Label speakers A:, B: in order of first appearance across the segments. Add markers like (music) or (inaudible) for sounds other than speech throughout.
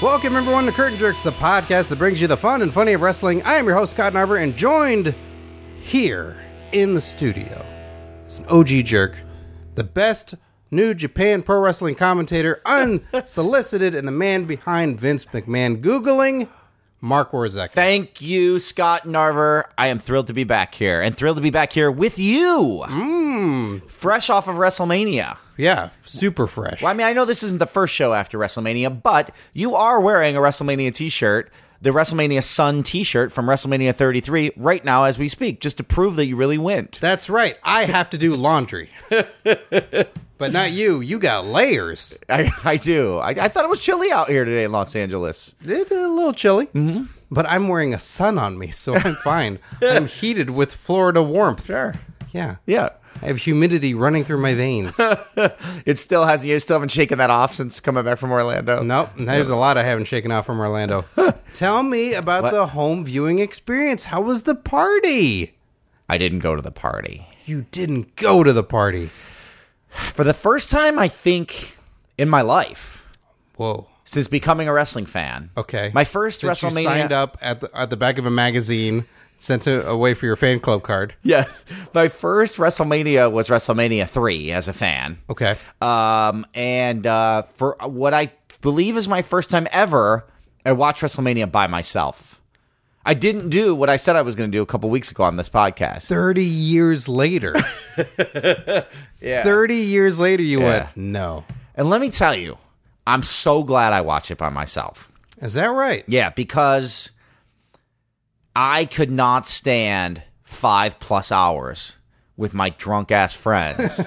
A: welcome everyone to Curtain Jerks, the podcast that brings you the fun and funny of wrestling. I am your host Scott Narver, and joined here in the studio is an OG jerk, the best New Japan pro wrestling commentator, (laughs) unsolicited, and the man behind Vince McMahon. Googling Mark Warzek.
B: Thank you, Scott Narver. I am thrilled to be back here and thrilled to be back here with you. Fresh off of WrestleMania.
A: yeah, super fresh.
B: Well, I mean, I know this isn't the first show after WrestleMania, but you are wearing a WrestleMania t shirt, the WrestleMania Sun t shirt from WrestleMania 33 right now as we speak, just to prove that you really went.
A: That's right. I have to do laundry. but not you. You got layers.
B: I, I do. I, I thought it was chilly out here today in Los Angeles.
A: It's a little chilly, mm-hmm. but I'm wearing a sun on me, so
B: (laughs)
A: I'm fine. I'm heated with Florida warmth. Sure. Yeah.
B: Yeah.
A: I have humidity running through my
B: (laughs)
A: veins.
B: It still hasn't, you still haven't shaken that off since coming back from Orlando.
A: nope. There's a lot I haven't shaken off from
B: (laughs)
A: Orlando. Tell me about the home viewing experience. How was the party?
B: I didn't go to the party.
A: You didn't go to the party.
B: For the first time, I think, in my life,
A: Whoa.
B: since becoming a wrestling fan.
A: Okay.
B: My first
A: That You
B: WrestleMania.
A: signed up at the, at the back of a magazine, sent it away for your fan club card.
B: (laughs) Yeah. My first WrestleMania was WrestleMania 3 as a fan.
A: Okay.
B: Um, and uh, for what I believe is my first time ever, I watched WrestleMania by myself. I didn't do what I said I was going to do a couple weeks ago on this podcast.
A: 30 years
B: (laughs)
A: later. 30 years later, you
B: Yeah.
A: went, no.
B: And let me tell you, I'm so glad I watched it by myself.
A: Is that right?
B: Yeah, because I could not stand five plus hours with my drunk ass friends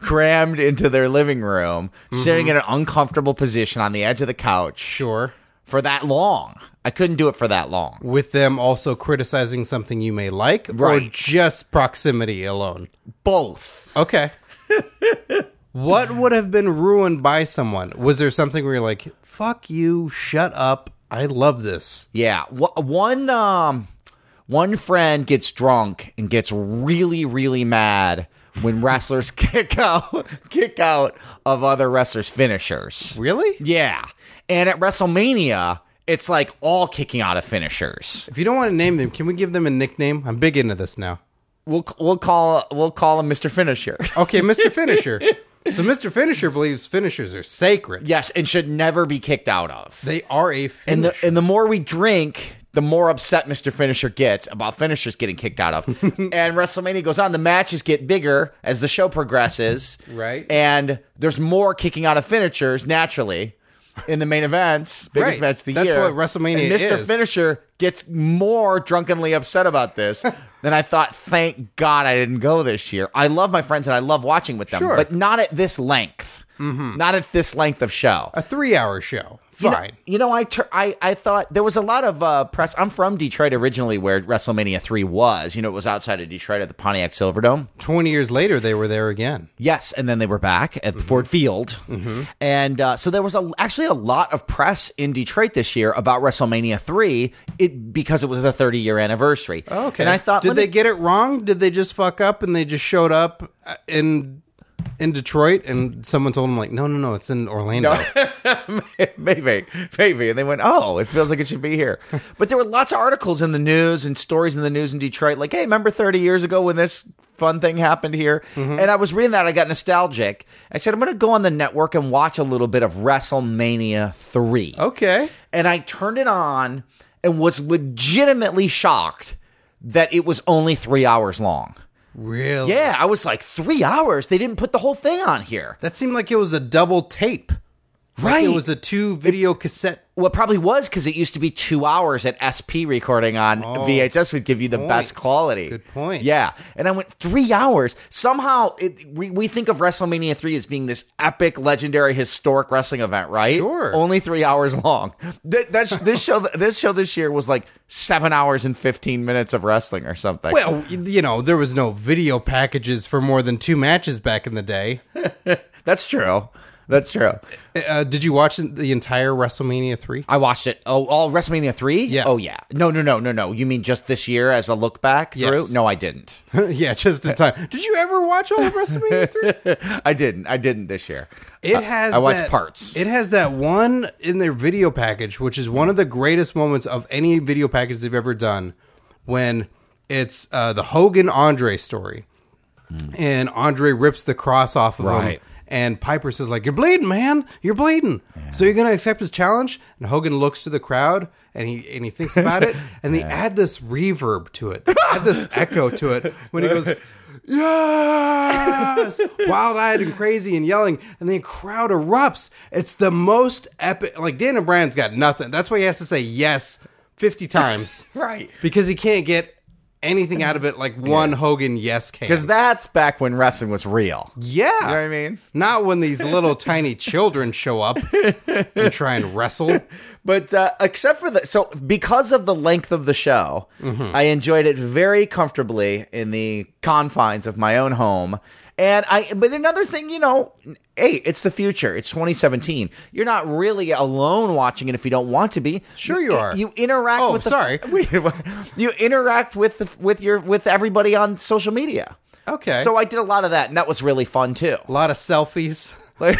B: crammed into their living room, sitting in an uncomfortable position on the edge of the couch
A: Sure.
B: for that long. I couldn't do it for that long.
A: With them also criticizing something you may like, or
B: Right.
A: just proximity alone.
B: Both.
A: Okay.
B: (laughs)
A: what would have been ruined by someone? Was there something where you're like, fuck you, shut up, I love this?
B: Yeah. Wh- One um one friend gets drunk and gets really really mad when wrestlers (laughs) kick out kick out of other wrestlers finishers.
A: Really?
B: Yeah. And at WrestleMania, it's like all kicking out of finishers.
A: If you don't want to name them, can we give them a nickname? I'm big into this now.
B: We'll we'll call we'll call him Mr. Finisher.
A: Okay, Mr.
B: (laughs)
A: Finisher. so Mr. Finisher believes finishers are sacred.
B: yes, and should never be kicked out of.
A: They are a finisher.
B: And the and the more we drink, the more upset Mr. Finisher gets about finishers getting kicked out
A: (laughs)
B: of. and WrestleMania goes on, the matches get bigger as the show progresses.
A: Right.
B: And there's more kicking out of finishers naturally. In the main events, biggest
A: Right.
B: match of the
A: That's
B: year.
A: what WrestleMania
B: and Mr.
A: is.
B: Finisher gets more drunkenly upset
A: (laughs)
B: about this than I thought. Thank God I didn't go this year. I love my friends and I love watching with them,
A: Sure. Mm-hmm.
B: but not at this length. Not at this length of show.
A: a three hour show.
B: You know-
A: Fine.
B: You know, I, tur I I thought there was a lot of uh, press. I'm from Detroit originally, where WrestleMania three was. You know, it was outside of Detroit at the Pontiac Silverdome.
A: 20 years later, they were there again.
B: Yes, and then they were back
A: Mm-hmm.
B: at Ford Field, and uh, so there was a, actually a lot of press in Detroit this year about WrestleMania three, it because it was the 30 year anniversary.
A: Oh, Okay.
B: and I thought,
A: did
B: let
A: they
B: me-
A: get it wrong? Did they just fuck up and they just showed up uh, in in Detroit and someone told them like, no, no, no, it's in Orlando.
B: (laughs) maybe, maybe. And they went, oh, it feels like it should be here. But there were lots of articles in the news and stories in the news in Detroit, like, hey, remember 30 years ago when this fun thing happened here? And I was reading that, I got nostalgic. I said, I'm going to go on the network and watch a little bit of WrestleMania 3.
A: okay.
B: And I turned it on and was legitimately shocked that it was only three hours long.
A: Really?
B: Yeah, I was like, three hours? They didn't put the whole thing on here.
A: That seemed like it was a double tape. Like
B: right.
A: It was a two video cassette.
B: Well, it probably was because it used to be two hours at SP recording on VHS would give you the best quality.
A: Oh. Good point.
B: Yeah, and I went three hours. Somehow, it, we we think of WrestleMania three as being this epic, legendary, historic wrestling event, right?
A: Sure.
B: Only three hours long. Th- that's
A: (laughs)
B: this show. This show this year was like seven hours and fifteen minutes of wrestling or something.
A: Well, (laughs) you know, there was no video packages for more than two matches back in the day.
B: that's true. That's true.
A: Uh, did you watch the entire WrestleMania three? (laughs)
B: I watched it. Oh, all WrestleMania three.
A: Yeah.
B: Oh yeah. No, no, no, no, no. You mean just this year as a look back
A: Yes.
B: through? No, I didn't.
A: yeah, just in time. Did you ever watch
B: (laughs)
A: all of WrestleMania three?
B: I didn't. I didn't this year. Uh,
A: It has.
B: I watched
A: that-
B: parts.
A: It has that one in their video package, which is one of the greatest moments of any video package they've ever done. When it's uh, the Hogan Andre story, and Andre rips the cross off of him,
B: Right.
A: and Piper says like, "You're bleeding, man. You're bleeding. So you're gonna accept his challenge?" And Hogan looks to the crowd. And he and he thinks about
B: (laughs)
A: it, and they add this reverb to it, they add this echo to it when he goes,
B: (laughs)
A: yes, wild-eyed and crazy and yelling, and the crowd erupts. It's the most epic. Like Dan O'Brien's got nothing. That's why he has to say yes fifty times,
B: (laughs) Right.
A: Because he can't get anything out of it. Like one Hogan yes can.
B: Because that's back when wrestling was real.
A: yeah,
B: You know what I mean?
A: Not when these little tiny children show up and try and wrestle.
B: But uh, except for the so because of the length of the show, I enjoyed it very comfortably in the confines of my own home. And I but another thing, you know, hey, it's the future. It's 2017. You're not really alone watching it if you don't want to be.
A: Sure you are.
B: You interact
A: Oh,
B: with the, (laughs)
A: sorry.
B: you interact with the, with your with everybody on social media.
A: Okay.
B: So I did a lot of that and that was really fun too. (laughs)
A: A lot of selfies.
B: Like,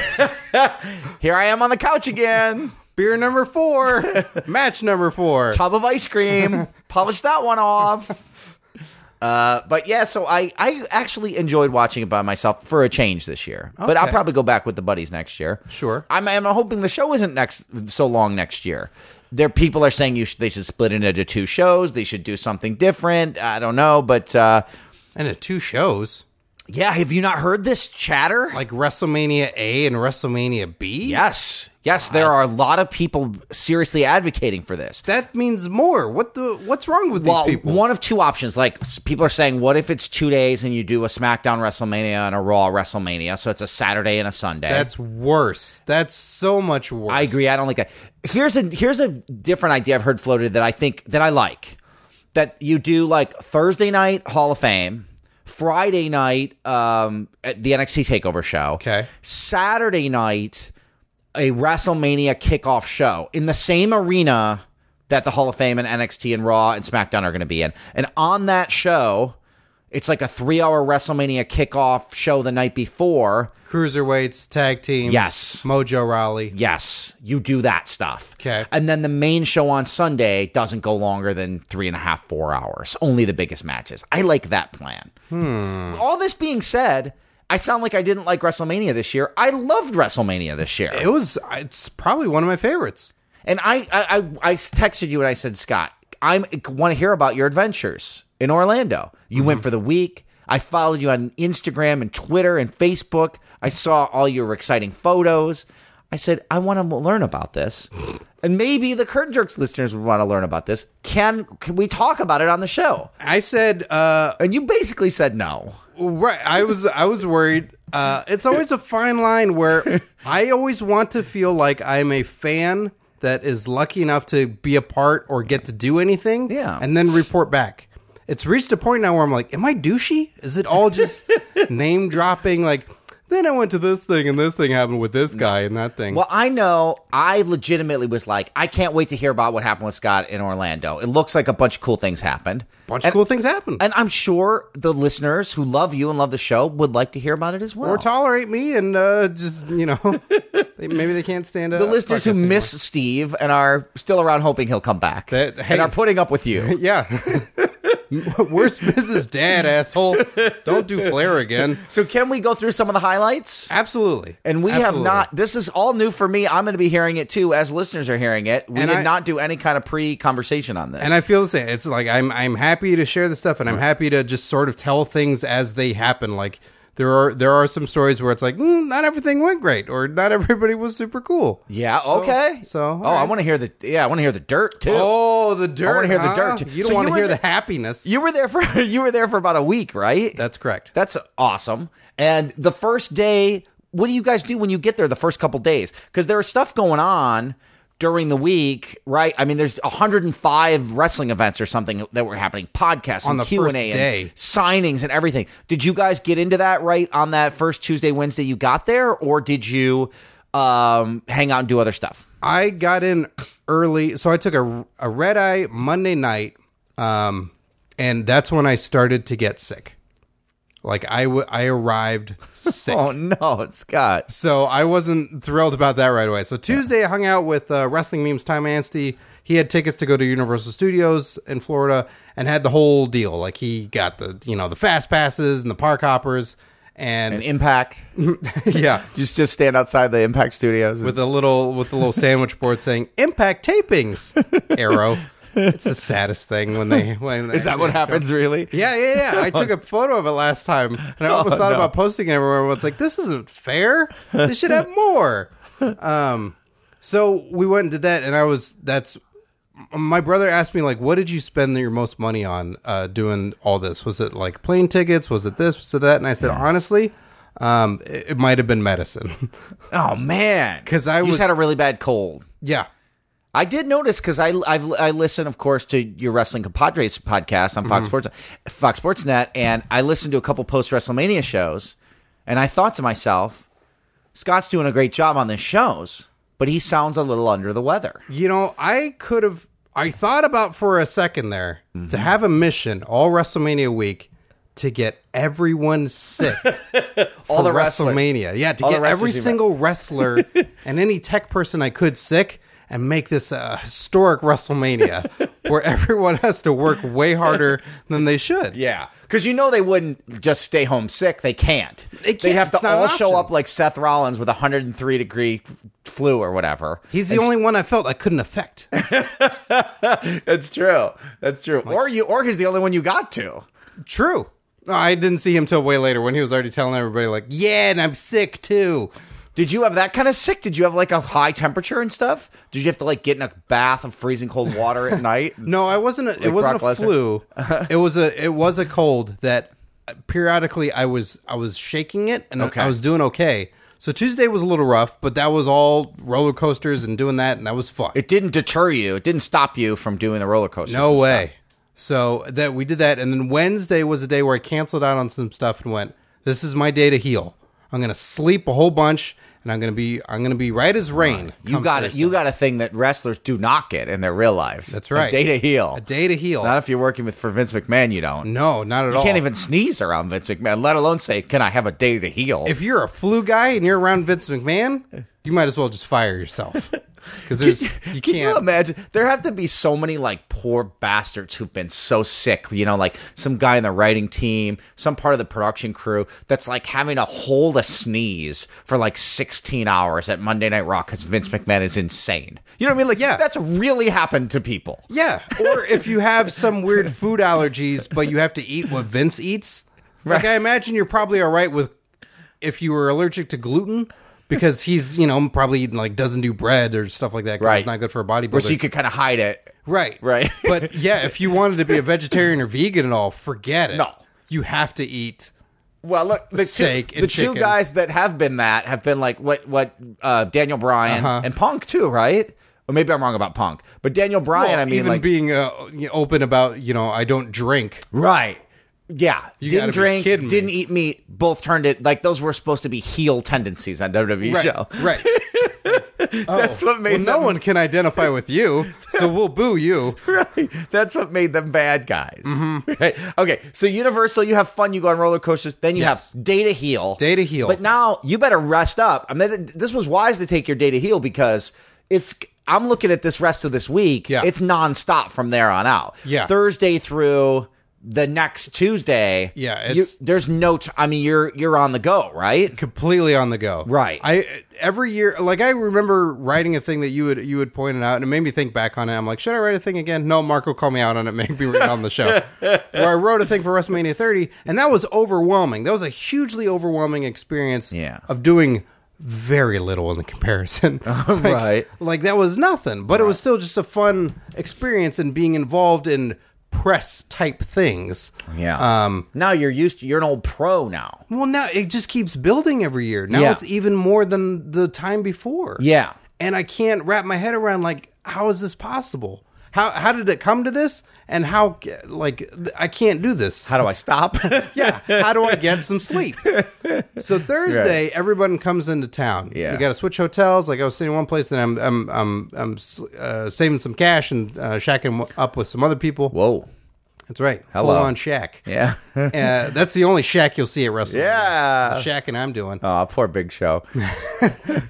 B: here I am on the couch again.
A: Beer number four, (laughs) match number four.
B: tub of
A: (laughs)
B: ice cream. Polish that one off. Uh, but yeah, so I, I actually enjoyed watching it by myself for a change this year. But I'll
A: Okay.
B: probably go back with the buddies next year.
A: Sure.
B: I'm, I'm hoping the show isn't next so long next year. There, people are saying you should, they should split it into two shows. They should do something different. I don't know, but uh,
A: and at two shows.
B: yeah, have you not heard this chatter?
A: like WrestleMania A and WrestleMania B?
B: yes, yes, there are a lot of people seriously advocating for this.
A: That means more. What the what's wrong with
B: Well,
A: these people?
B: one of two options. Like s- people are saying, what if it's two days and you do a SmackDown WrestleMania and a Raw WrestleMania? So it's a Saturday and a Sunday.
A: That's worse. That's so much worse.
B: I agree. I don't like that. Here's a here's a different idea I've heard floated that I think that I like. That you do like Thursday night Hall of Fame, Friday night um, at the NXT Takeover show,
A: Okay.
B: Saturday night a WrestleMania kickoff show in the same arena that the Hall of Fame and NXT and Raw and SmackDown are going to be in, and on that show. It's like a three-hour WrestleMania kickoff show the night before,
A: Cruiserweights, tag teams.
B: Yes.
A: Mojo Raleigh.
B: Yes, you do that stuff.
A: Okay.
B: And then the main show on Sunday doesn't go longer than three and a half, four hours. Only the biggest matches. I like that plan. All this being said, I sound like I didn't like WrestleMania this year. I loved WrestleMania this year.
A: It was. It's probably one of my favorites.
B: and I, I, I, I texted you and I said, Scott, I want to hear about your adventures in Orlando. You went for the week. I followed you on Instagram and Twitter and Facebook. I saw all your exciting photos. I said, I want to learn about (laughs) this. And maybe the Curtain Jerks listeners would want to learn about this. Can can we talk about it on the show?
A: I said, uh,
B: And you basically said no.
A: right. I was. I was worried. Uh, it's always a fine line where I always want to feel like I'm a fan that is lucky enough to be a part or get to do anything.
B: Yeah.
A: And then report back. It's reached a point now where I'm like, am I douchey? Is it all
B: (laughs)
A: just name dropping? Like, then I went to this thing and this thing happened with this guy and that thing.
B: Well, I know I legitimately was like, I can't wait to hear about what happened with Scott in Orlando. It looks like a bunch of cool things happened.
A: bunch
B: And-
A: of cool things happened.
B: And I'm sure the listeners who love you and love the show would like to hear about it as well.
A: or tolerate me and uh, just, you know,
B: (laughs)
A: they, maybe they can't stand up.
B: the listeners who miss Steve and are still around hoping he'll come back
A: That- hey.
B: and are putting up
A: (laughs)
B: with you.
A: Yeah. Where's Mrs. Dad, asshole? Don't do Flair again.
B: so can we go through some of the highlights?
A: Absolutely.
B: And we
A: Absolutely.
B: have not. This is all new for me. I'm going to be hearing it too, as listeners are hearing it. We
A: And
B: did
A: I-
B: not do any kind of pre-conversation on this.
A: And I feel the same. It's like I'm I'm happy to share the stuff, and I'm happy to just sort of tell things as they happen. Like there are there are some stories where it's like mm, not everything went great, or not everybody was super cool.
B: yeah. Okay.
A: so,
B: oh,
A: all
B: I
A: right.
B: want to hear the. Yeah, I want to hear the dirt too.
A: Oh, the dirt!
B: wanna hear the
A: huh?
B: dirt.
A: You don't
B: So you
A: want to
B: were
A: hear the
B: the-
A: happiness.
B: You were there for (laughs) you were there for about a week, right?
A: That's correct.
B: That's awesome. And the first day, what do you guys do when you get there the first couple days? Because there is stuff going on during the week, right? I mean, there's 105 wrestling events or something that were happening, podcasts
A: On
B: and
A: the
B: Q&A
A: first
B: and
A: day.
B: signings and everything. Did you guys get into that right on that first Tuesday, Wednesday you got there? Or did you um, hang out and do other stuff.
A: I got in early, so I took a, a red eye Monday night, um, and that's when I started to get sick. Like I, w- I arrived sick, (laughs)
B: Oh no, Scott.
A: so I wasn't thrilled about that right away. So Tuesday, I hung out with uh, wrestling memes Tom Anstey. He had tickets to go to Universal Studios in Florida and had the whole deal. Like he got the you know the fast passes and the park hoppers, and, (laughs)
B: An impact.
A: yeah,
B: just just stand outside the Impact Studios. and-
A: Mm-hmm. with a little with a little sandwich board saying "Impact Tapings" arrow. It's the saddest thing when they when
B: (laughs) is that what happens really?
A: Yeah, yeah, yeah. I took a photo of it last time, and I almost thought
B: Oh, no.
A: about posting it everywhere. But it's like this isn't fair. This should have more. Um, so we went and did that, and I was that's my brother asked me like, what did you spend your most money on uh, doing all this? Was it like plane tickets? Was it this? Was it that? And I said honestly, um, it, it might have been medicine. (laughs)
B: Oh man,
A: 'Cause I
B: You
A: was-
B: just had a really bad cold.
A: yeah,
B: I did notice because I I've, I listen, of course, to your Wrestling Compadres podcast on
A: Mm-hmm.
B: Fox Sports, Fox Sports Net, and I listened to a couple post WrestleMania shows, and I thought to myself, Scott's doing a great job on the shows, but he sounds a little under the weather.
A: You know, I could have. I thought about for a second there
B: Mm-hmm.
A: to have a mission all WrestleMania week to get everyone
B: (laughs)
A: sick. all
B: the wrestlers.
A: WrestleMania, yeah, to
B: All the
A: get every
B: wrestlers you met.
A: single
B: (laughs)
A: wrestler and any tech person I could sick and make this a historic WrestleMania
B: (laughs)
A: where everyone has to work way harder than they should.
B: Yeah, because you know they wouldn't just stay home sick. They can't.
A: They
B: They,
A: can't.
B: have
A: It's
B: to
A: not an
B: all show
A: option.
B: up like Seth Rollins with a hundred and three degree f- flu or whatever.
A: He's the only one I felt I couldn't
B: (laughs)
A: affect.
B: That's true. That's true. or you, or he's the only one you got to.
A: True. I didn't see him till way later when he was already telling everybody like, "Yeah, and I'm sick too."
B: Did you have that kind of sick? Did you have like a high temperature and stuff? Did you have to like get in a bath of freezing cold water at (laughs) night?
A: No, I wasn't. A, it wasn't
B: Brock
A: a flu.
B: (laughs)
A: it was a. It was a cold that periodically I was. I was shaking it, and
B: Okay.
A: I was doing okay. So Tuesday was a little rough, but that was all roller coasters and doing that, and that was fun.
B: It didn't deter you. It didn't stop you from doing the roller coaster.
A: no way. So that we did that, and then Wednesday was a day where I canceled out on some stuff and went. This is my day to heal. I'm gonna sleep a whole bunch, and I'm gonna be. I'm gonna be right as rain.
B: You
A: come
B: got it.
A: Thursday.
B: You got a thing that wrestlers do not get in their real lives. That's
A: right.
B: A day to heal.
A: a day to heal.
B: Not if you're working with for Vince McMahon. You don't.
A: no, not at all.
B: You can't even sneeze around Vince McMahon, let alone say, "Can I have a day to heal?"
A: if you're a flu guy and you're around Vince McMahon, you might as well just fire yourself
B: (laughs)
A: because there's you
B: Can you
A: can't.
B: imagine? There have to be so many like poor bastards who've been so sick. You know, like some guy in the writing team, some part of the production crew that's like having to hold a sneeze for like 16 hours at Monday Night Raw because Vince McMahon is insane. You know what I mean? Like,
A: Yeah.
B: that's really happened to people.
A: Yeah, or if you have some weird food allergies, but you have to eat what Vince eats. Like I imagine you're probably all right with if you were allergic to gluten because he's you know probably eating like doesn't do bread or stuff like that. 'cause
B: Right.
A: it's not good for a
B: Or so
A: bodybuilder.
B: you could kind of hide it.
A: right,
B: Right.
A: but yeah, if you wanted to be a vegetarian or vegan at all, forget it.
B: No.
A: you have to eat.
B: Well, look, the, two,
A: Steak and
B: the two
A: chicken.
B: guys that have been that have been like what what uh, Daniel Bryan
A: Uh-huh.
B: and Punk too, right? Or maybe I'm wrong about Punk, but Daniel Bryan,
A: Well,
B: I mean,
A: even
B: like
A: being uh, you know, open about you know I don't drink.
B: Right. Yeah.
A: gotta
B: didn't
A: be
B: drink,
A: kidding me.
B: didn't eat meat, both turned it like those were supposed to be heel tendencies on WWE
A: Right,
B: show.
A: right.
B: (laughs) That's what made
A: Well, no
B: them,
A: one can identify with you, so we'll boo you.
B: right. (laughs) That's what made them bad guys.
A: Mm-hmm.
B: (laughs) Right. Okay. So Universal, you have fun, you go on roller coasters, then you
A: Yes.
B: have day to heal.
A: Day to heal.
B: But now you better rest up. I mean th- this was wise to take your day to heal because it's I'm looking at this rest of this week.
A: Yeah.
B: It's nonstop from there on out.
A: Yeah.
B: Thursday through the next Tuesday.
A: Yeah,
B: you-
A: it's-
B: there's no. T- I mean, you're you're on the go,
A: (laughs)
B: right?
A: Completely on the go.
B: Right.
A: I every year, like I remember writing a thing that you would you would pointed out, and it made me think back on it. I'm like, should I write a thing again? No, Mark will call me out on it. Make me read it on the
B: (laughs)
A: show. Where I wrote a thing for WrestleMania 30, and that was overwhelming. That was a hugely overwhelming experience.
B: Yeah.
A: Of doing very little in the
B: (laughs)
A: comparison. Like-
B: Right.
A: Like that was nothing, but it was still just a fun experience and being involved in press type things.
B: Yeah.
A: Um,
B: now you're used to. You're an old pro now.
A: Well, now it just keeps building every year. Now
B: Yeah.
A: it's even more than the time before.
B: Yeah.
A: And I can't wrap my head around like how is this possible? How how did it come to this? And how like I can't do this.
B: How do I stop? (laughs)
A: (laughs) yeah, how do I get some sleep? So Thursday, everyone comes into town.
B: Yeah.
A: we got to switch hotels. Like I was sitting in one place, then I'm I'm I'm, I'm s- uh, saving some cash and uh, shacking up with some other people.
B: Whoa.
A: That's right,
B: Hello.
A: full on shack.
B: Yeah. (laughs)
A: Uh, that's the only shack you'll see at WrestleMania.
B: Yeah.
A: the shacking I'm doing.
B: Oh, poor
A: (laughs)
B: Big Show.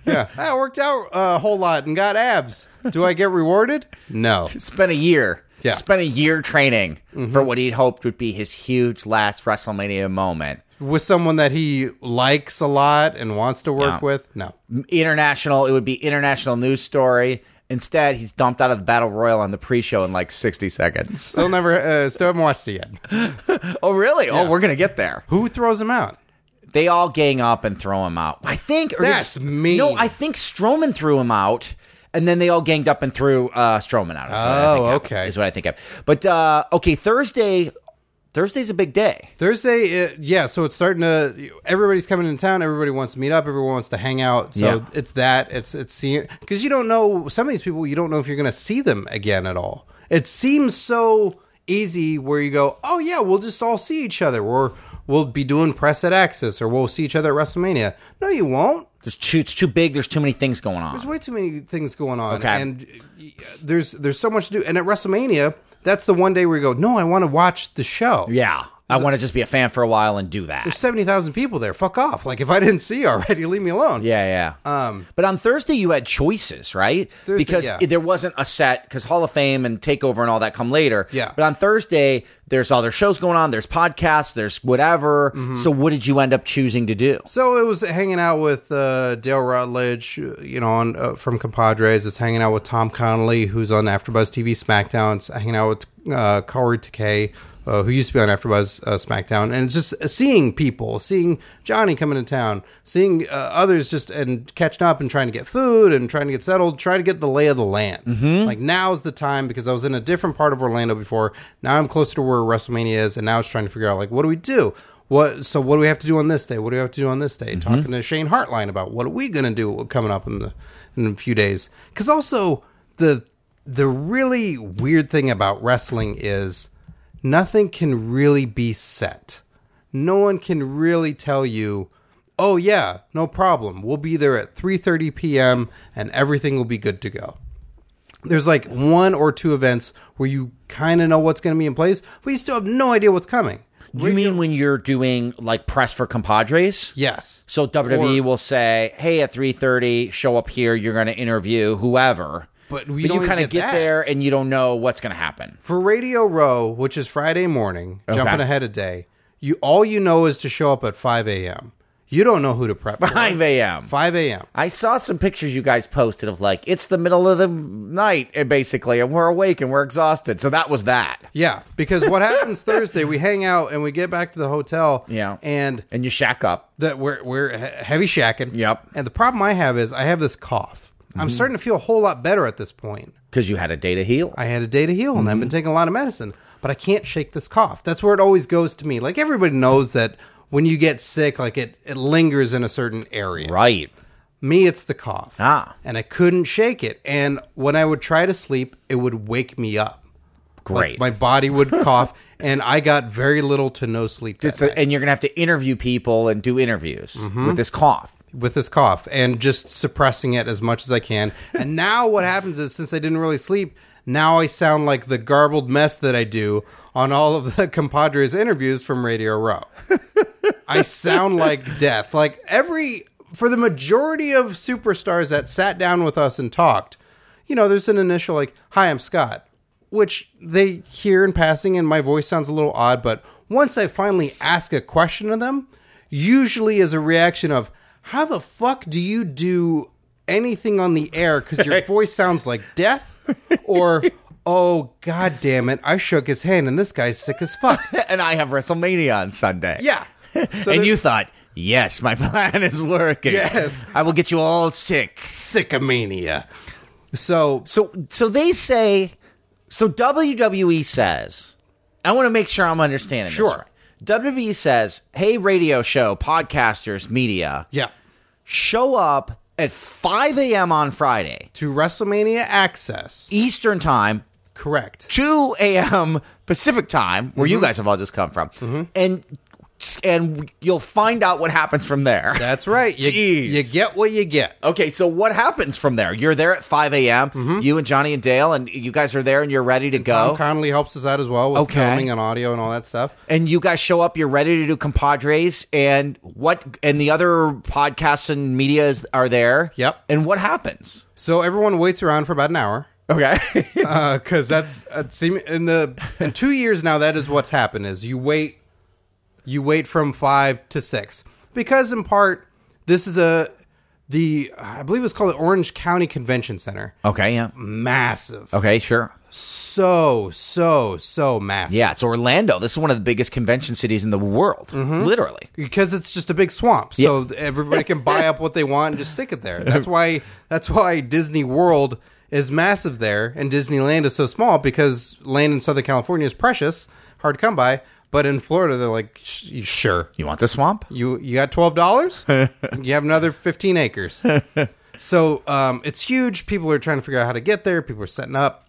A: Yeah, I worked out uh, a whole lot and got abs. Do I get rewarded?
B: (laughs)
A: No.
B: Spent a year.
A: Yeah. Mm-hmm.
B: Spent a year training for what he'd hoped would be his huge last WrestleMania moment.
A: With someone that he likes a lot and wants to work
B: No.
A: with? No.
B: International, it would be international news story. Instead, he's dumped out of the Battle Royal on the pre-show in like
A: (laughs)
B: 60 seconds.
A: Still never, uh, still haven't watched it yet.
B: Oh, really? Oh, we're going to get there.
A: Who throws him out?
B: They all gang up and throw him out. I think. Or
A: That's
B: did-
A: mean.
B: No, I think Strowman threw him out, and then they all ganged up and threw uh, Strowman out. is what I
A: Oh,
B: think happened-
A: okay.
B: Is what I think of. But, uh, okay, Thursday. Thursday's a big day.
A: Thursday, uh, yeah, so it's starting to, everybody's coming in town. Everybody wants to meet up. Everyone wants to hang out. So
B: Yeah.
A: it's that. It's, it's seeing, because you don't know, some of these people, you don't know if you're going to see them again at all. It seems so easy where you go, oh, yeah, we'll just all see each other, or we'll be doing press at Axis, or we'll see each other at WrestleMania. No, you won't.
B: There's too, it's too big. There's too many things going on.
A: There's way too many things going on,
B: Okay.
A: and y- there's there's so much to do. And at WrestleMania, that's the one day where you go, no, I want to watch the show.
B: Yeah. I want to just be a fan for a while and do
A: There's
B: that.
A: seventy thousand people there. Fuck off! Like if I didn't see you already, leave me alone.
B: Yeah, yeah. but on Thursday you had choices, right?
A: Um, Thursday,
B: because
A: yeah.
B: it- there wasn't a set because Hall of Fame and Takeover and all that come later.
A: Yeah.
B: But on Thursday there's other shows going on. There's podcasts. There's whatever.
A: Mm-hmm.
B: So what did you end up choosing to do?
A: So it was hanging out with uh, Dale Rutledge, you know, on uh, from Compadres. It's hanging out with Tom Connolly, who's on AfterBuzz TV SmackDown. It's hanging out with uh, Corey Takei, uh, who used to be on AfterBuzz uh, SmackDown, and it's just seeing people, seeing Johnny coming to town, seeing uh, others just and catching up and trying to get food and trying to get settled, trying to get the lay of the land. Like now's the time because I was in a different part of Orlando before. Now I'm closer to where WrestleMania is, and now it's trying to figure out like what do we do what so what do we have to do on this day what do we have to do on this day talking to shane hartline about what are we going to do coming up in the in a few days because also the the really weird thing about wrestling is nothing can really be set no one can really tell you oh yeah no problem we'll be there at 3.30 p.m and everything will be good to go there's like one or two events where you kind of know what's going to be in place but you still have no idea what's coming
B: You mean when you're doing like press for compadres?
A: yes
B: So WWE will say, "Hey, at 3:30, show up here. You're going to interview whoever."
A: But we
B: you
A: don't even
B: kinda
A: get
B: get
A: that.
B: there and you don't know what's going to happen.
A: for Radio Row, which is Friday morning, jumping ahead a day, you all you know is to show up at five a.m. You don't know who to prep. for.
B: 5 a.m.
A: Five a.m.
B: I saw some pictures you guys posted of like it's the middle of the night eh, basically, and we're awake and we're exhausted. So that was that.
A: Yeah, because what happens Thursday? We hang out and we get back to the hotel.
B: Yeah.
A: and
B: And you shack up.
A: that we're we're he- heavy shacking.
B: Yep. Mm-hmm.
A: And the problem I have is I have this cough. I'm starting to feel a whole lot better at this point.
B: Because you had a day to heal.
A: I had a day to heal,
B: Mm-hmm.
A: and I've been taking a lot of medicine, but I can't shake this cough. That's where it always goes to me. Like everybody knows that when you get sick, like it it lingers in a certain area.
B: Right.
A: Me, it's the cough.
B: Ah.
A: And I couldn't shake it. And when I would try to sleep, it would wake me up.
B: Great.
A: My body would cough, and I got very little to no sleep that
B: It's a- and you're gonna have to interview people and do interviews
A: Mm-hmm.
B: with this cough.
A: night with this cough and just suppressing it as much as I can. And now what happens is, since I didn't really sleep, now I sound like the garbled mess that I do on all of the (laughs) compadres interviews from Radio Row. I sound like death. Like every for the majority of superstars that sat down with us and talked, you know, there's an initial like, "Hi, I'm Scott," which they hear in passing, and my voice sounds a little odd. But once I finally ask a question of them, usually is a reaction of, "How the fuck do you do anything on the air? Because your voice sounds like death,"
B: (laughs)
A: or "Oh god damn it, I shook his hand and this guy's sick as fuck."
B: and I have WrestleMania on Sunday.
A: Yeah.
B: and you thought, yes, my (laughs) plan is working.
A: Yes.
B: I will get you all sick.
A: sycomania. So
B: So so they say so WWE says I want to make sure I'm understanding this
A: Sure.
B: right. WWE says, "Hey radio show, podcasters, media,
A: yeah,
B: show up at 5 a.m. on Friday,
A: to WrestleMania Access.
B: Eastern Time,
A: Correct.
B: 2 a.m. Pacific time, where
A: Mm-hmm.
B: you guys have all just come from, and and you'll find out what happens from there.
A: That's right. You,
B: Jeez.
A: you get what you get.
B: Okay, so what happens from there? You're there at 5 a.m. You and Johnny and Dale, and you guys are there, and you're ready to go.
A: Mm-hmm. Tom Connolly helps us out as well with
B: Okay.
A: filming and audio and all that stuff.
B: and you guys show up. You're ready to do compadres, and what? And the other podcasts and medias are there.
A: Yep.
B: And what happens?
A: So everyone waits around for about an hour.
B: (laughs) Okay.
A: because that's uh, seem in the in two years now that is what's happened is you wait you wait from five to six because in part this is a the i believe it's called the orange county convention center
B: okay. Yeah.
A: massive
B: Okay. Sure.
A: so so so massive
B: Yeah. It's Orlando. This is one of the biggest convention cities in the world.
A: Mm-hmm.
B: Literally.
A: because it's just a big swamp so everybody can buy up what they want and just stick it there that's why that's why disney world is massive there and disneyland is so small because land in southern california is precious hard to come by but in florida they're like "Sh- you- sure
B: You want the swamp?
A: you you got $12 you have another 15 acres so um, it's huge people are trying to figure out how to get there people are setting up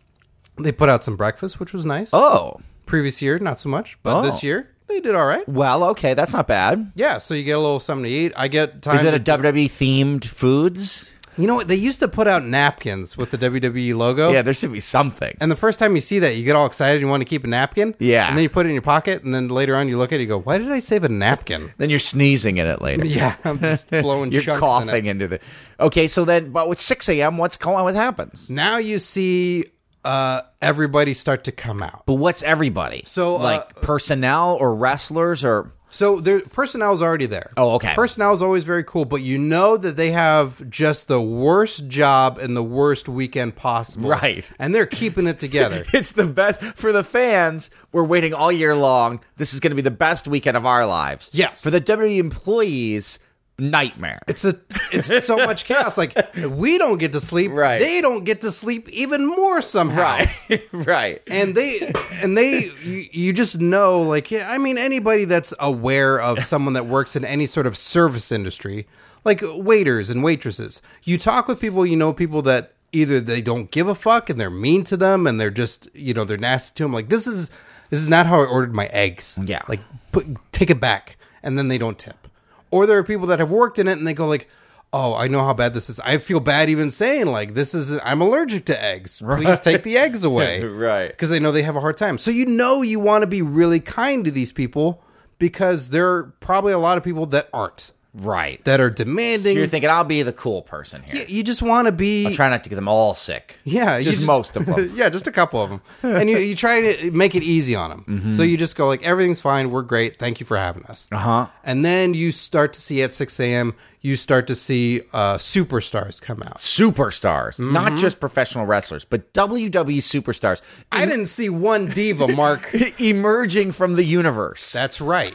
A: they put out some breakfast which was nice
B: Oh.
A: previous year not so much but
B: Oh.
A: this year they did all right
B: Well. Okay. That's not bad.
A: yeah, so you get a little something to eat. I get time.
B: Is it
A: to
B: a WWE themed foods?
A: You know what? They used to put out napkins with the WWE logo.
B: Yeah. There should be something.
A: And the first time you see that, you get all excited. You want to keep a napkin.
B: Yeah.
A: And then you put it in your pocket. And then later on, you look at it. You go, why did I save a
B: (laughs)
A: napkin?
B: Then you're sneezing in
A: (laughs)
B: it later.
A: Yeah. I'm
B: (laughs)
A: just blowing
B: You're
A: chunks in it.
B: coughing into the. Okay, so then, but with six a.m., what's going? What happens?
A: Now you see uh, everybody start to come out.
B: But what's everybody?
A: So, uh,
B: like personnel or wrestlers or
A: So their personnel's already there.
B: Oh, okay.
A: Personnel's always very cool, but you know that they have just the worst job and the worst weekend possible.
B: Right.
A: And they're keeping it
B: (laughs)
A: together.
B: (laughs) it's the best for the fans. We're waiting all year long. This is going to be the best weekend of our lives.
A: Yes.
B: For the WWE employees, (laughs) nightmare.
A: It's a it's so much chaos. Like we don't get to sleep.
B: Right.
A: They don't get to sleep even more somehow.
B: right.
A: And they and they you, you just know like yeah, I mean anybody that's aware of someone that works in any sort of service industry, like waiters and waitresses. You talk with people, you know people that either they don't give a fuck and they're mean to them and they're just you know they're nasty to them. Like this is this is not how I ordered my eggs.
B: Yeah.
A: Like put take it back and then they don't tip or there are people that have worked in it and they go like oh i know how bad this is i feel bad even saying like this is i'm allergic to eggs please take the eggs away
B: Right.
A: because they know they have a hard time so you know you want to be really kind to these people because there are probably a lot of people that aren't
B: Right.
A: that are demanding
B: You're thinking I'll be the cool person here.
A: you just want to be
B: Try not to get them all sick.
A: yeah, you
B: Just, most of them.
A: (laughs) yeah, just a couple of them, and you, you try to make it easy on them.
B: Mm-hmm.
A: So you just go like, everything's fine, we're great, thank you for having us. Uh
B: Uh-huh.
A: And then you start to see at six a.m. You start to see uh, superstars come out.
B: (laughs) Superstars, not just professional wrestlers, but WWE superstars. (laughs)
A: I didn't see one diva, Mark.
B: emerging from the universe.
A: That's right.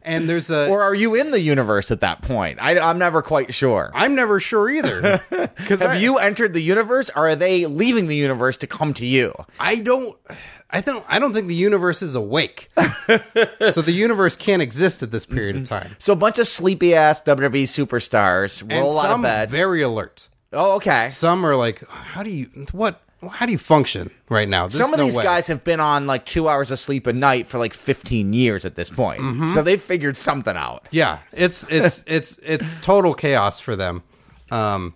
A: And there's a.
B: or are you in the universe at that point? I, I'm never quite sure.
A: I'm never sure
B: (laughs)
A: either. Because
B: Have you entered the universe? Or are they leaving the universe to come to you?
A: I don't. I don't. I don't think the universe is awake.
B: (laughs)
A: so the universe can't exist at this
B: Mm-hmm.
A: period of time.
B: So a bunch of sleepy ass WWE E superstars
A: And
B: roll out of
A: some
B: bed.
A: very alert.
B: oh, okay.
A: some are like, how do you what? How do you function right now? There's
B: Some of
A: no
B: these
A: way.
B: guys have been on like two hours of sleep a night for like 15 years at this point.
A: Mm-hmm.
B: So they've figured something out. (laughs)
A: yeah, it's it's it's it's total chaos for them. Um,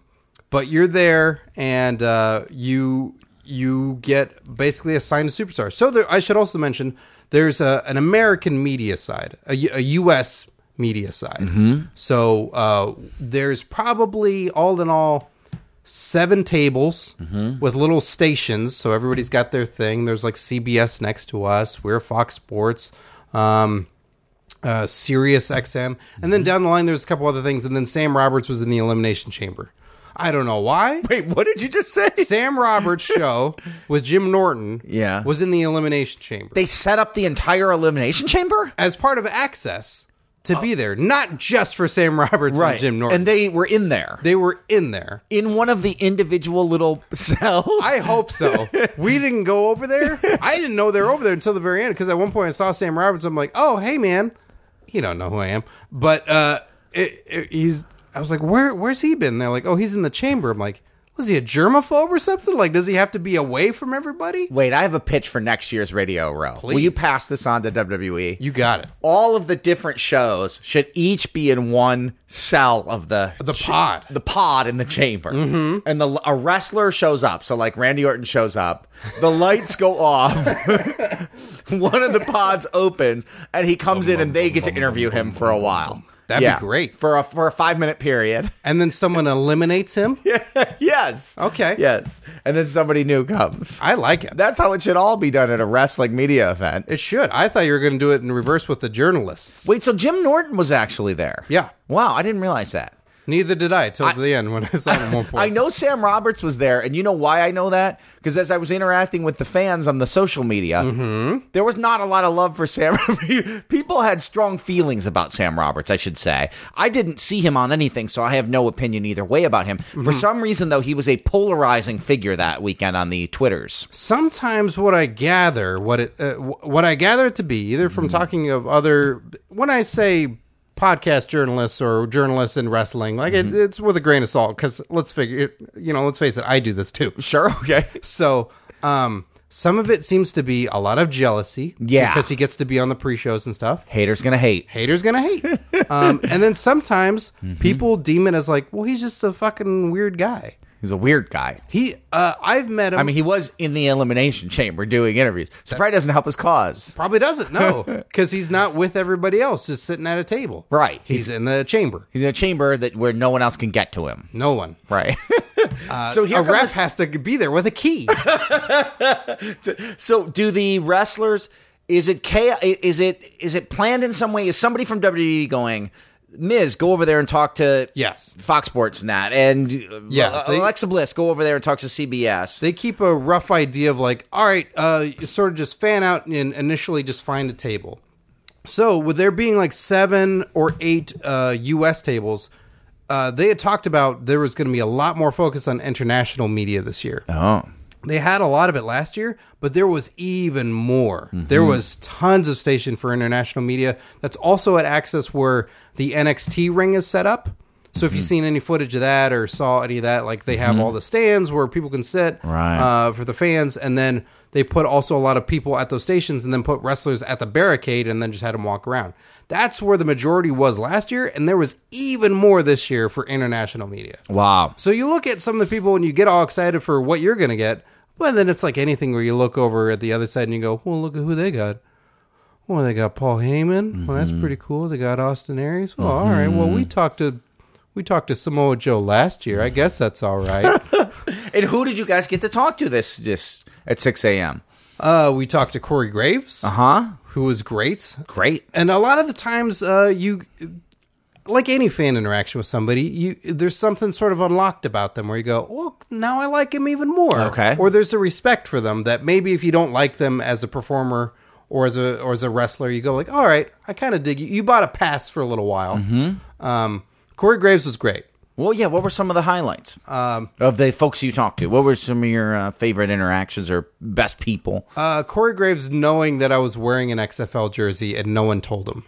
A: but you're there, and uh, you you get basically assigned a superstar. So there, I should also mention there's a, an American media side, a, U- a U.S. media side. So uh, there's probably all in all seven tables with little stations. So everybody's got their thing. There's like CBS next to us. We're Fox Sports, um, uh, Sirius XM. And
B: Mm-hmm.
A: then down the line, there's a couple other things. And then Sam Roberts was in the Elimination Chamber. I don't know why.
B: (laughs) Wait, what did you just say?
A: Sam Roberts' show with Jim Norton
B: Yeah.
A: was in the Elimination Chamber
B: They set up the entire elimination chamber?
A: as part of Access to be there, not just for Sam Roberts and Jim Norton.
B: Uh, And they were in there.
A: they were in there.
B: in one of the individual little (laughs) cells.
A: I hope so. we didn't go over there. I didn't know they were over there until the very end because at one point I saw Sam Roberts. I'm like, oh hey man, you don't know who I am, but uh, it, it- he's. I was like, where where's he been? They're like, oh he's in the chamber. I'm like, was he a germaphobe or something? Like, does he have to be away from everybody?
B: Wait, I have a pitch for next year's Radio Row. Will you pass this on to E? WWE?
A: You got it.
B: all of the different shows should each be in one cell of the
A: The pod. Mm-hmm.
B: the pod in the chamber, and the a wrestler shows up. So like Randy Orton shows up, the
A: (laughs)
B: lights go off. (laughs) one of the pods opens, and he comes in, and they get to interview him for a while.
A: That'd be great.
B: for a for a five minute period. (laughs)
A: And then someone eliminates him.
B: yes.
A: Okay.
B: Yes, and then somebody new comes.
A: I like it.
B: That's how it should all be done at a wrestling media event.
A: It should. I thought you were going to do it in reverse with the journalists.
B: Wait, so Jim Norton was actually there?
A: Yeah.
B: Wow, I didn't realize that.
A: Neither did I till the end when I saw him at one point.
B: I know Sam Roberts was there, and you know why I know that? Because as I was interacting with the fans on the social media, there was not a lot of love for Sam. (laughs) People had strong feelings about Sam Roberts, I should say. I didn't see him on anything, so I have no opinion either way about him. For some reason, though, he was a polarizing figure that weekend on the Twitters.
A: sometimes what I gather, what it, uh, wh- what I gather it to be, either from talking of other, when I say podcast journalists or journalists in wrestling, like it, it's with a grain of salt because let's figure, it, you know, let's face it, I do this too.
B: Sure, okay.
A: So, um, some of it seems to be a lot of jealousy,
B: Yeah.
A: because he gets to be on the pre-shows and stuff.
B: Haters gonna hate.
A: Haters gonna hate, um, and then sometimes people deem it as like, well, he's just a fucking weird guy.
B: He's a weird guy.
A: He, uh, I've met him.
B: I mean, he was in the elimination chamber doing interviews, so probably doesn't help his cause.
A: Probably doesn't, no, because he's not with everybody else, just sitting at a table.
B: Right.
A: He's, in the chamber.
B: He's in a chamber that where no one else can get to him.
A: No one.
B: Right. (laughs) Uh, so
A: a
B: here
A: ref
B: comes,
A: has to be there with a key.
B: so do the wrestlers is it chaos, is it is it planned in some way is somebody from WWE going Miz go over there and talk to
A: Yes.
B: Fox Sports and that and uh,
A: Yeah, they-
B: Alexa Bliss go over there and talk to CBS
A: they keep a rough idea of like, all right, uh, you sort of just fan out and initially just find a table. So with there being like seven or eight uh, U.S. tables, uh, they had talked about there was going to be a lot more focus on international media this year.
B: oh
A: they had a lot of it last year, but there was even more. There was tons of station for international media. That's also at Access where the NXT ring is set up. So if you've seen any footage of that or saw any of that, like they have all the stands where people can sit
B: Right.
A: uh, for the fans, and then they put also a lot of people at those stations, and then put wrestlers at the barricade, and then just had them walk around. That's where the majority was last year, and there was even more this year for international media.
B: wow
A: So you look at some of the people and you get all excited for what you're going to get. Well, then it's like anything where you look over at the other side and you go, well, look at who they got. Well, they got Paul Heyman. Well, that's pretty cool. They got Austin Aries. Well, all right. Well, we talked to we talked to Samoa Joe last year. I guess that's all right.
B: and who did you guys get to talk to this this at six a.m.
A: uh, we talked to Corey Graves,
B: huh
A: who was great.
B: great
A: and a lot of the times uh, you like any fan interaction with somebody you there's something sort of unlocked about them where you go well now i like him even more
B: Okay.
A: or there's a respect for them that maybe if you don't like them as a performer or as a or as a wrestler you go like all right i kind of dig you you bought a pass for a little while um, corey graves was great
B: well yeah what were some of the highlights um, of the folks you talked to what were some of your uh, favorite interactions or best people
A: uh, corey graves knowing that i was wearing an xfl jersey and no one told
B: (laughs)
A: him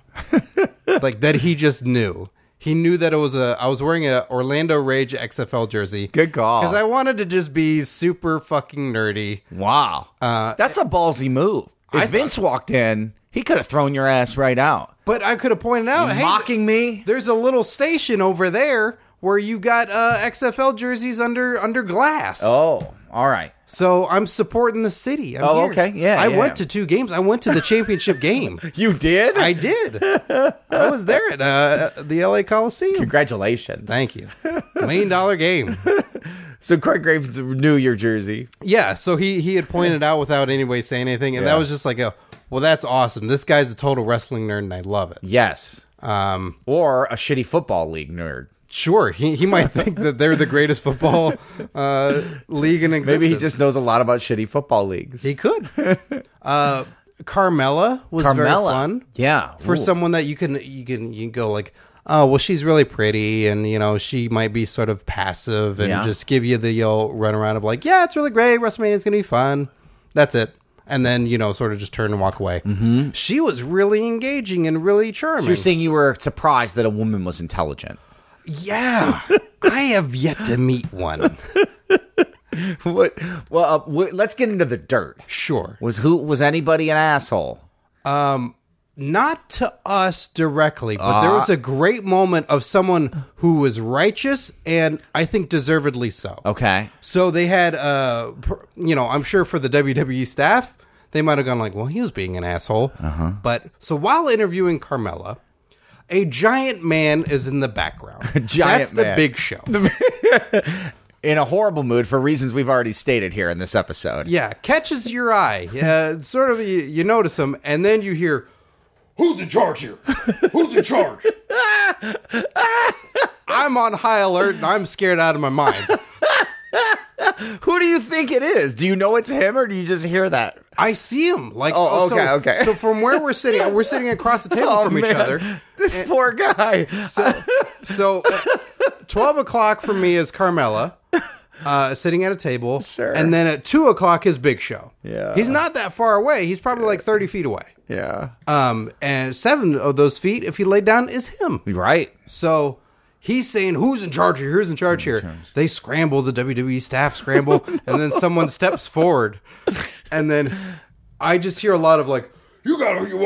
A: like that he just knew he knew that it was a i was wearing a orlando rage xfl jersey
B: good call
A: because I wanted to just be super fucking nerdy.
B: Wow. That's a ballsy move. If Vince walked in, he could have thrown your ass right out.
A: But I could have pointed out, hey,
B: Mocking me?
A: there's a little station over there where you got uh, XFL jerseys under under glass.
B: Oh, all right.
A: So I'm supporting the city. I'm
B: Oh,
A: here.
B: okay. Yeah,
A: I
B: yeah.
A: went to two games. I went to the
B: (laughs)
A: championship game.
B: You did?
A: I did. I was there at uh, the LA Coliseum.
B: Congratulations.
A: Thank you. Million dollar game.
B: So Craig Graves knew your jersey.
A: Yeah, so he he had pointed out without anybody saying anything, and that
B: Yeah.
A: was just like a well, that's awesome. This guy's a total wrestling nerd, and I love it.
B: Yes.
A: Um,
B: Or a shitty football league nerd.
A: Sure, he, he might think that they're the greatest football uh, league in existence.
B: Maybe he just knows a lot about shitty football leagues.
A: he could. Uh, Carmella was very
B: Carmella.
A: fun
B: Yeah.
A: for someone that you can you can you can go like, oh well, she's really pretty, and you know she might be sort of passive and
B: Yeah.
A: just give you the yell run around of like, yeah, it's really great. WrestleMania's gonna be fun. That's it. And then you know, sort of just turn and walk away. Mm-hmm. She was really engaging and really charming.
B: You're saying you were surprised that a (laughs) woman was intelligent.
A: Yeah. I have yet to meet one.
B: (laughs) what? Well, uh, wh- let's get into the dirt.
A: Sure.
B: Was who was anybody an asshole?
A: Not to us directly, but there
B: Uh,
A: was a great moment of someone who was righteous and I think deservedly so.
B: Okay.
A: So they had, uh, per- you know, I'm sure for the WWE staff, they might have gone like, "Well, he was being an asshole."
B: Uh-huh.
A: But so while interviewing Carmella, a giant man is in the
B: (laughs)
A: background.
B: giant
A: That's the
B: man.
A: Big Show.
B: In a horrible mood for reasons we've already stated here in this episode.
A: yeah, catches your eye. Yeah, it's sort of you, you notice him, and then you hear, "Who's in charge here? Who's in charge?" (laughs) I'm on high alert and I'm scared out of my mind.
B: Who do you think it is? Do you know it's him or do you just hear that?
A: I see him. Like,
B: Oh,
A: so-
B: okay, okay. Oh,
A: So from where we're sitting, we're sitting across the
B: (laughs)
A: table from each
B: man.
A: other.
B: This poor guy.
A: So, so uh, 12 o'clock for me is Carmella uh, sitting at a table.
B: Sure.
A: And then at 2 o'clock is Big Show.
B: Yeah.
A: He's not that far away. He's probably like 30 feet away.
B: Yeah.
A: Um, and seven of those feet, if he laid down, is him.
B: Right.
A: So he's saying, Who's in charge here? Who's in charge here? They scramble, the WWE staff
B: (laughs)
A: scramble, and then someone steps forward. And then I just hear a lot of like, You got what you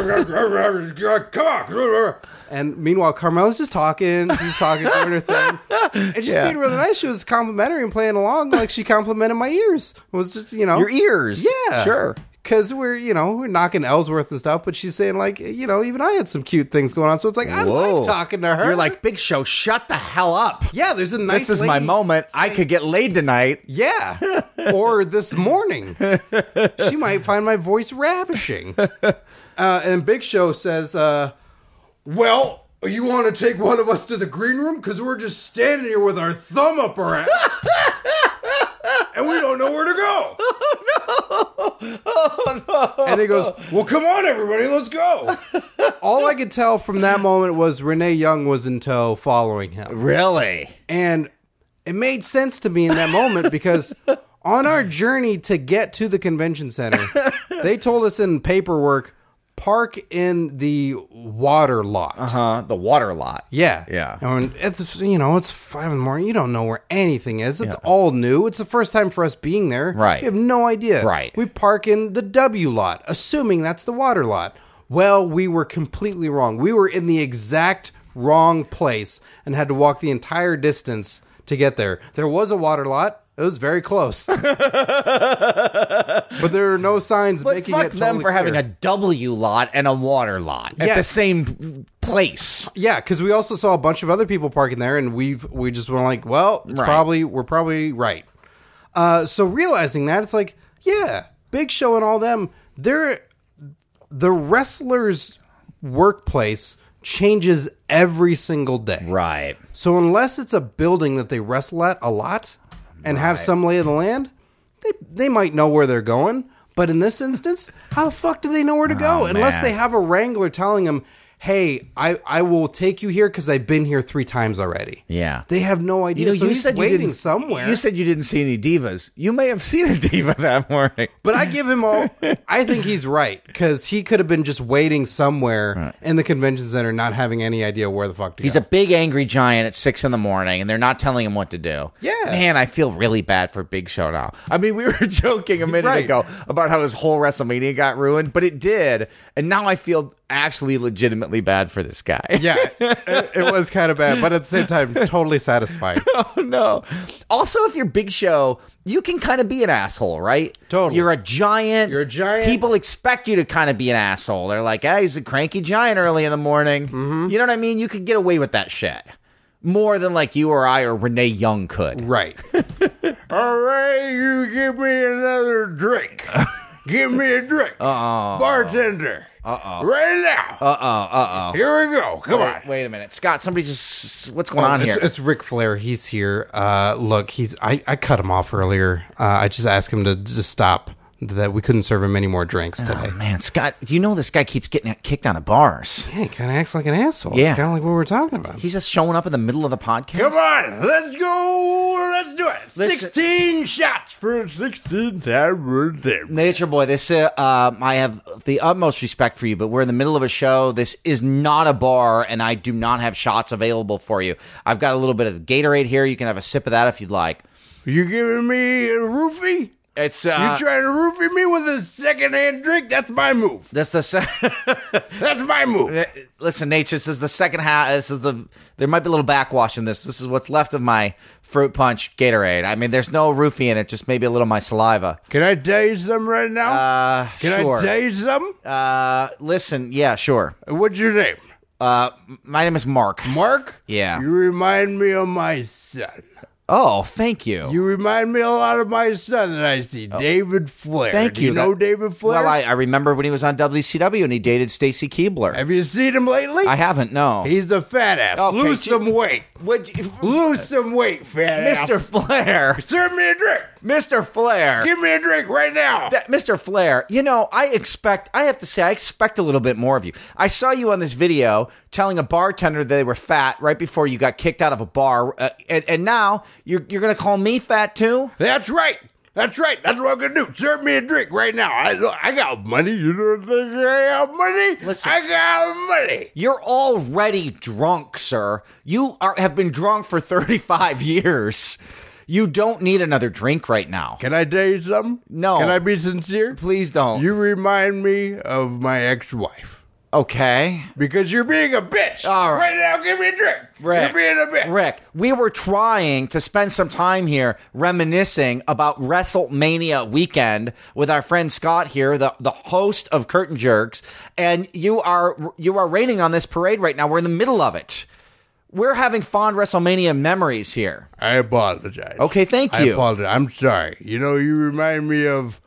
A: want. Come on. And meanwhile, Carmella's just talking. She's talking, doing her thing. And she's
B: Yeah.
A: being really nice. She was complimentary and playing along. Like she complimented my ears. It was just, you know.
B: Your ears.
A: Yeah.
B: Sure.
A: Because we're, you know, we're knocking Ellsworth and stuff, but she's saying, like, you know, even I had some cute things going on. So it's like, I like talking to her.
B: You're like, Big Show, shut the hell up.
A: yeah, there's a nice.
B: This is my
A: lady-
B: moment. I could get laid tonight.
A: Yeah. (laughs) or this morning. she might find my voice (laughs) ravishing. Uh, and Big Show says, uh, well, you want to take one of us to the green room? Because we're just standing here with our thumb up our (laughs) ass. and we don't know where to (laughs) go. Oh, no. And he goes, well, come on, everybody, let's (laughs) go. All I could tell from that moment was Renee Young was in tow following him.
B: Really?
A: And it made sense to me in that moment because on our journey to get to the convention center, they told us in paperwork park in the water lot.
B: Huh? The water lot.
A: Yeah.
B: Yeah.
A: And it's, you know, it's five in the morning. You don't know where anything is. It's all new. It's the first time for us being there.
B: Right.
A: We have no idea.
B: Right.
A: We park in the W lot, assuming that's the water lot. Well, we were completely wrong. We were in the exact wrong place and had to walk the entire distance to get there. There was a water lot. It was very
B: (laughs)
A: close. but there are no signs
B: But
A: making
B: fuck
A: it
B: them
A: totally
B: for having
A: clear.
B: a W lot and a water lot at
A: Yeah.
B: the same place.
A: Yeah, because we also saw a bunch of other people parking there, and we've we just were like, well, it's
B: Right.
A: probably we're probably right. Uh, so realizing that, it's like, yeah, Big Show and all them, they're the wrestler's workplace changes every single day.
B: Right.
A: So unless it's a building that they wrestle at a lot and have some lay of the land, they they might know where they're going. But in this instance, how the fuck do they know where to go unless
B: Oh, man.
A: they have a wrangler telling them, "Hey, I I will take you here because I've been here three times already."
B: Yeah.
A: they have no idea. so he's waiting
B: didn't-
A: somewhere.
B: You said you didn't see any divas. You may have seen a diva (laughs) that morning.
A: but I give him
B: (laughs)
A: all. I think he's right because he could have been just waiting somewhere in the convention center, not having any idea where the fuck to
B: He's
A: go.
B: a big angry giant at six in the morning, and they're not telling him what to do.
A: Yeah.
B: man, I feel really bad for Big Show now. I mean, we (laughs) were joking a minute
A: Right.
B: ago about how his whole WrestleMania got ruined, but it did, and now I feel actually legitimately bad for this guy. (laughs)
A: yeah, it, it was kind of bad, but at the same time, totally satisfying.
B: Oh no. Also, if you're Big Show, you can kind of be an asshole, right?
A: Totally.
B: You're a giant.
A: You're a giant.
B: People expect you to kind of be an asshole. They're like, "Hey, he's a cranky giant early in the morning."
A: Mm-hmm.
B: You know what I mean? You could get away with that shit more than like you or I or Renee Young could.
A: Right. (laughs) All right, you give me another
B: (laughs)
A: drink. give me a drink.
B: Uh-uh.
A: Uh-oh. Bartender. Uh-oh. Right now.
B: Uh oh. Uh oh.
A: Here we go. Come
B: Wait, wait a minute, Scott. Somebody just what's going on
A: it's,
B: here?
A: It's Ric Flair. He's here. Uh, look, he's. I, I cut him off earlier. Uh, I just asked him to just stop. That we couldn't serve him any more drinks today.
B: Man, Scott, you know this guy keeps getting kicked out of bars.
A: Yeah, he kind of acts like an asshole.
B: Yeah.
A: It's kind of like what we're talking about.
B: He's just showing up in the middle of the podcast.
A: Come on, let's go. Let's do it.
B: Listen-
A: 16 shots for 16 time.
B: Nature Boy, this uh, um, I have the utmost respect for you, but we're in the middle of a show. This is not a bar, and I do not have shots available for you. I've got a little bit of Gatorade here. You can have a sip of that if you'd like.
A: You giving me a roofie?
B: It's
A: You
B: uh,
A: trying to roofie me with a secondhand drink? That's my move.
B: that's the se- (laughs)
A: That's my
B: Uh,
A: move.
B: listen, Nate. This is the second half. This is the there might be a little backwash in this. This is what's left of my fruit punch Gatorade. I mean, there's no roofie in it. Just maybe a little of my saliva.
A: Can I tell you something right now?
B: Uh,
A: Can
B: sure.
A: I tell you something?
B: uh, listen, yeah, sure.
A: What's your name?
B: Uh, my name is Mark.
A: Mark?
B: Yeah.
A: You remind me of my son.
B: Oh, thank you.
A: You remind me a lot of my son that I see, David Flair.
B: Oh. Thank
A: Do
B: you.
A: you know
B: That-
A: David Flair?
B: Well, I, I remember when he was on WCW and he dated Stacy Keebler.
A: Have you seen him lately?
B: I haven't. No,
A: He's a fat ass.
B: Okay,
A: Lose
B: gee-
A: some weight.
B: would you,
A: Lose some weight, fat
B: Mr.
A: ass.
B: Flair,
A: Serve me a drink.
B: Mr. Flair,
A: Give me a drink right now.
B: that, Mr. Flair. You know, I expect. I have to say, I expect a little bit more of you. I saw you on this video telling a bartender they were fat right before you got kicked out of a bar, uh, and, and now you're you're going to call me fat too.
A: That's right. That's right. That's what I'm gonna do. Serve me a drink right now. I look, I got money. You don't think I have money?
B: Listen.
A: I got money.
B: You're already drunk, sir. You are, have been drunk for 35 years. You don't need another drink right now.
A: Can I tell you something?
B: No.
A: Can I be sincere?
B: Please don't.
A: You remind me of my ex-wife
B: okay.
A: because you're being a bitch.
B: All right.
A: now, give me a drink.
B: Rick,
A: You're being a bitch.
B: Rick, we were trying to spend some time here reminiscing about WrestleMania weekend with our friend Scott here, the, the host of Curtain Jerks, and you are you are raining on this parade right now. We're in the middle of it. We're having fond WrestleMania memories here.
A: I apologize.
B: Okay, thank
A: I
B: you.
A: apologize. I'm sorry. You know, you remind me of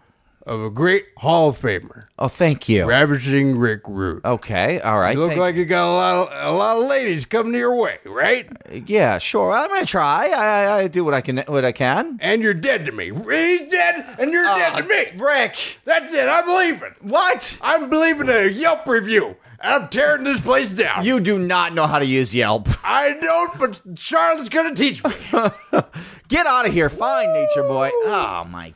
A: of a great Hall of Famer,
B: Oh, thank you.
A: ravishing Rick Rude.
B: Okay, all right.
A: You look
B: Thank-
A: like you got a lot of, a lot of ladies coming your way, right?
B: yeah, sure. I'm gonna try. I, I, I do what I can. What I can.
A: And you're dead to me. He's dead, and you're dead to me.
B: Rick,
A: That's it. I'm leaving.
B: what?
A: I'm leaving a Yelp review. I'm tearing this place down.
B: You do not know how to use Yelp.
A: I don't, but Charlotte's gonna teach me.
B: Get out of here, fine nature boy. Oh my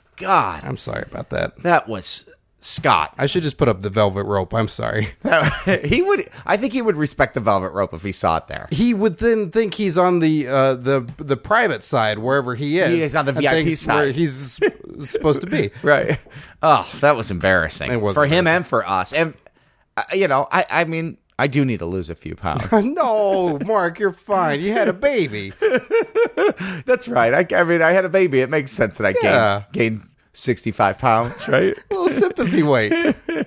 A: (laughs)
B: god,
A: I'm sorry about that.
B: that was Scott. (laughs)
A: I should just put up the velvet rope. I'm (laughs) sorry.
B: That- he would. I think he would respect the velvet rope if he saw it there.
A: he would then think he's on the uh, the the private side wherever he is.
B: He is on the
A: and
B: VIP
A: thinks
B: side.
A: where he's sp- supposed to (laughs) be.
B: (laughs) Right. Oh, that was embarrassing
A: It was
B: for him and for us. And uh, you know, I, I mean, I do need to lose a few pounds.
A: no, Mark, you're fine. You had a baby.
B: (laughs) That's right. I, I mean, I had a baby. It makes sense that I
A: Yeah.
B: gained gained sixty five pounds, right?
A: A little sympathy weight.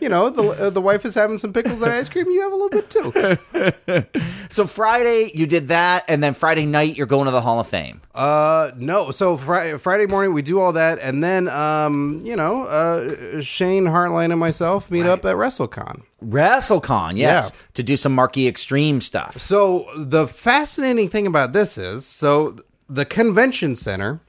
A: You know, the uh, the wife is having some pickles and ice cream. You have a little bit too.
B: (laughs) so Friday you did that, and then Friday night you're going to the Hall of Fame.
A: Uh, no. So Fri Friday morning we do all that, and then um, you know, uh, Shane Hartline and myself meet up at WrestleCon.
B: WrestleCon, yes,
A: Yeah.
B: to do some Marky Extreme stuff.
A: So the fascinating thing about this is, so the convention center,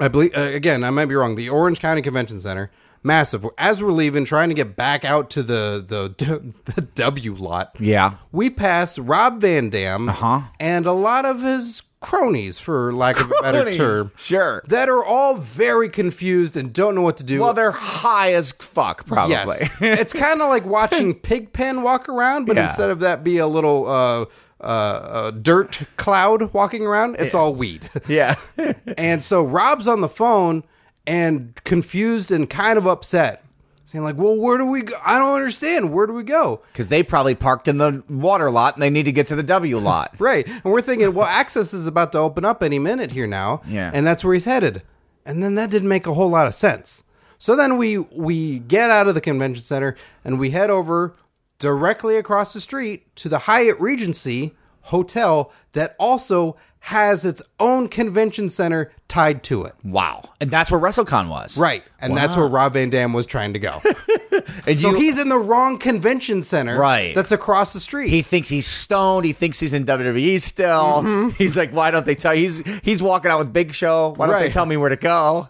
A: I believe uh, again, I might be wrong. The Orange County Convention Center, massive. As we're leaving, trying to get back out to the the, (laughs) the W lot,
B: Yeah.
A: we pass Rob Van Dam
B: Uh-huh.
A: and a lot of his cronies, for lack of a better
B: Cronies,
A: term,
B: sure.
A: that are all very confused and don't know what to do.
B: Well, they're high as fuck, probably.
A: Yes.
B: (laughs)
A: it's kind of like watching Pigpen walk around, but
B: Yeah.
A: instead of that be a little uh, uh, uh, dirt cloud walking around, it's all weed. (laughs)
B: (laughs) yeah.
A: and so Rob's on the phone and confused and kind of upset, saying like, "Well, where do we go? I don't understand. Where do we go?"
B: Because they probably parked in the water lot and they need to get to the W lot.
A: Right. And we're thinking, well, Access is about to open up any minute here now.
B: Yeah.
A: And that's where he's headed. And then that didn't make a whole lot of sense. So then we we get out of the convention center and we head over directly across the street to the Hyatt Regency hotel that also has its own convention center tied to it.
B: (laughs) Wow. And that's where WrestleCon was.
A: Right. And that's where Rob Van Dam was trying to go.
B: (laughs) And
A: so
B: you-
A: he's in the wrong convention center
B: Right.
A: that's across the street.
B: He thinks he's stoned. He thinks he's in WWE still. (laughs) He's like, why don't they tell? He's he's walking out with Big Show. Why don't they
A: Right.
B: tell me where to (laughs) go?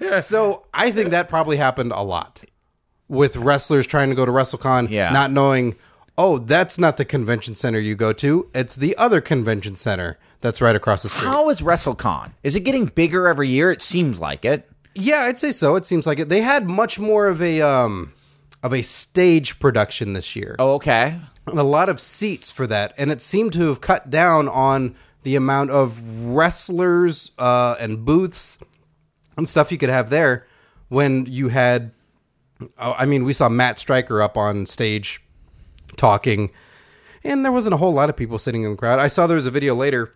A: Yeah. so I think that probably happened a lot with wrestlers trying to go to WrestleCon,
B: Yeah.
A: not knowing, oh, that's not the convention center you go to. It's the other convention center that's right across the street.
B: How is WrestleCon? Is it getting bigger every year? It seems like it.
A: Yeah, I'd say so. It seems like it. They had much more of a um of a stage production this year.
B: Oh, okay.
A: And a lot of seats for that, and it seemed to have cut down on the amount of wrestlers uh, and booths and stuff you could have there when you had oh, I mean, we saw Matt Stryker up on stage talking, and there wasn't a whole lot of people sitting in the crowd. I saw there was a video later,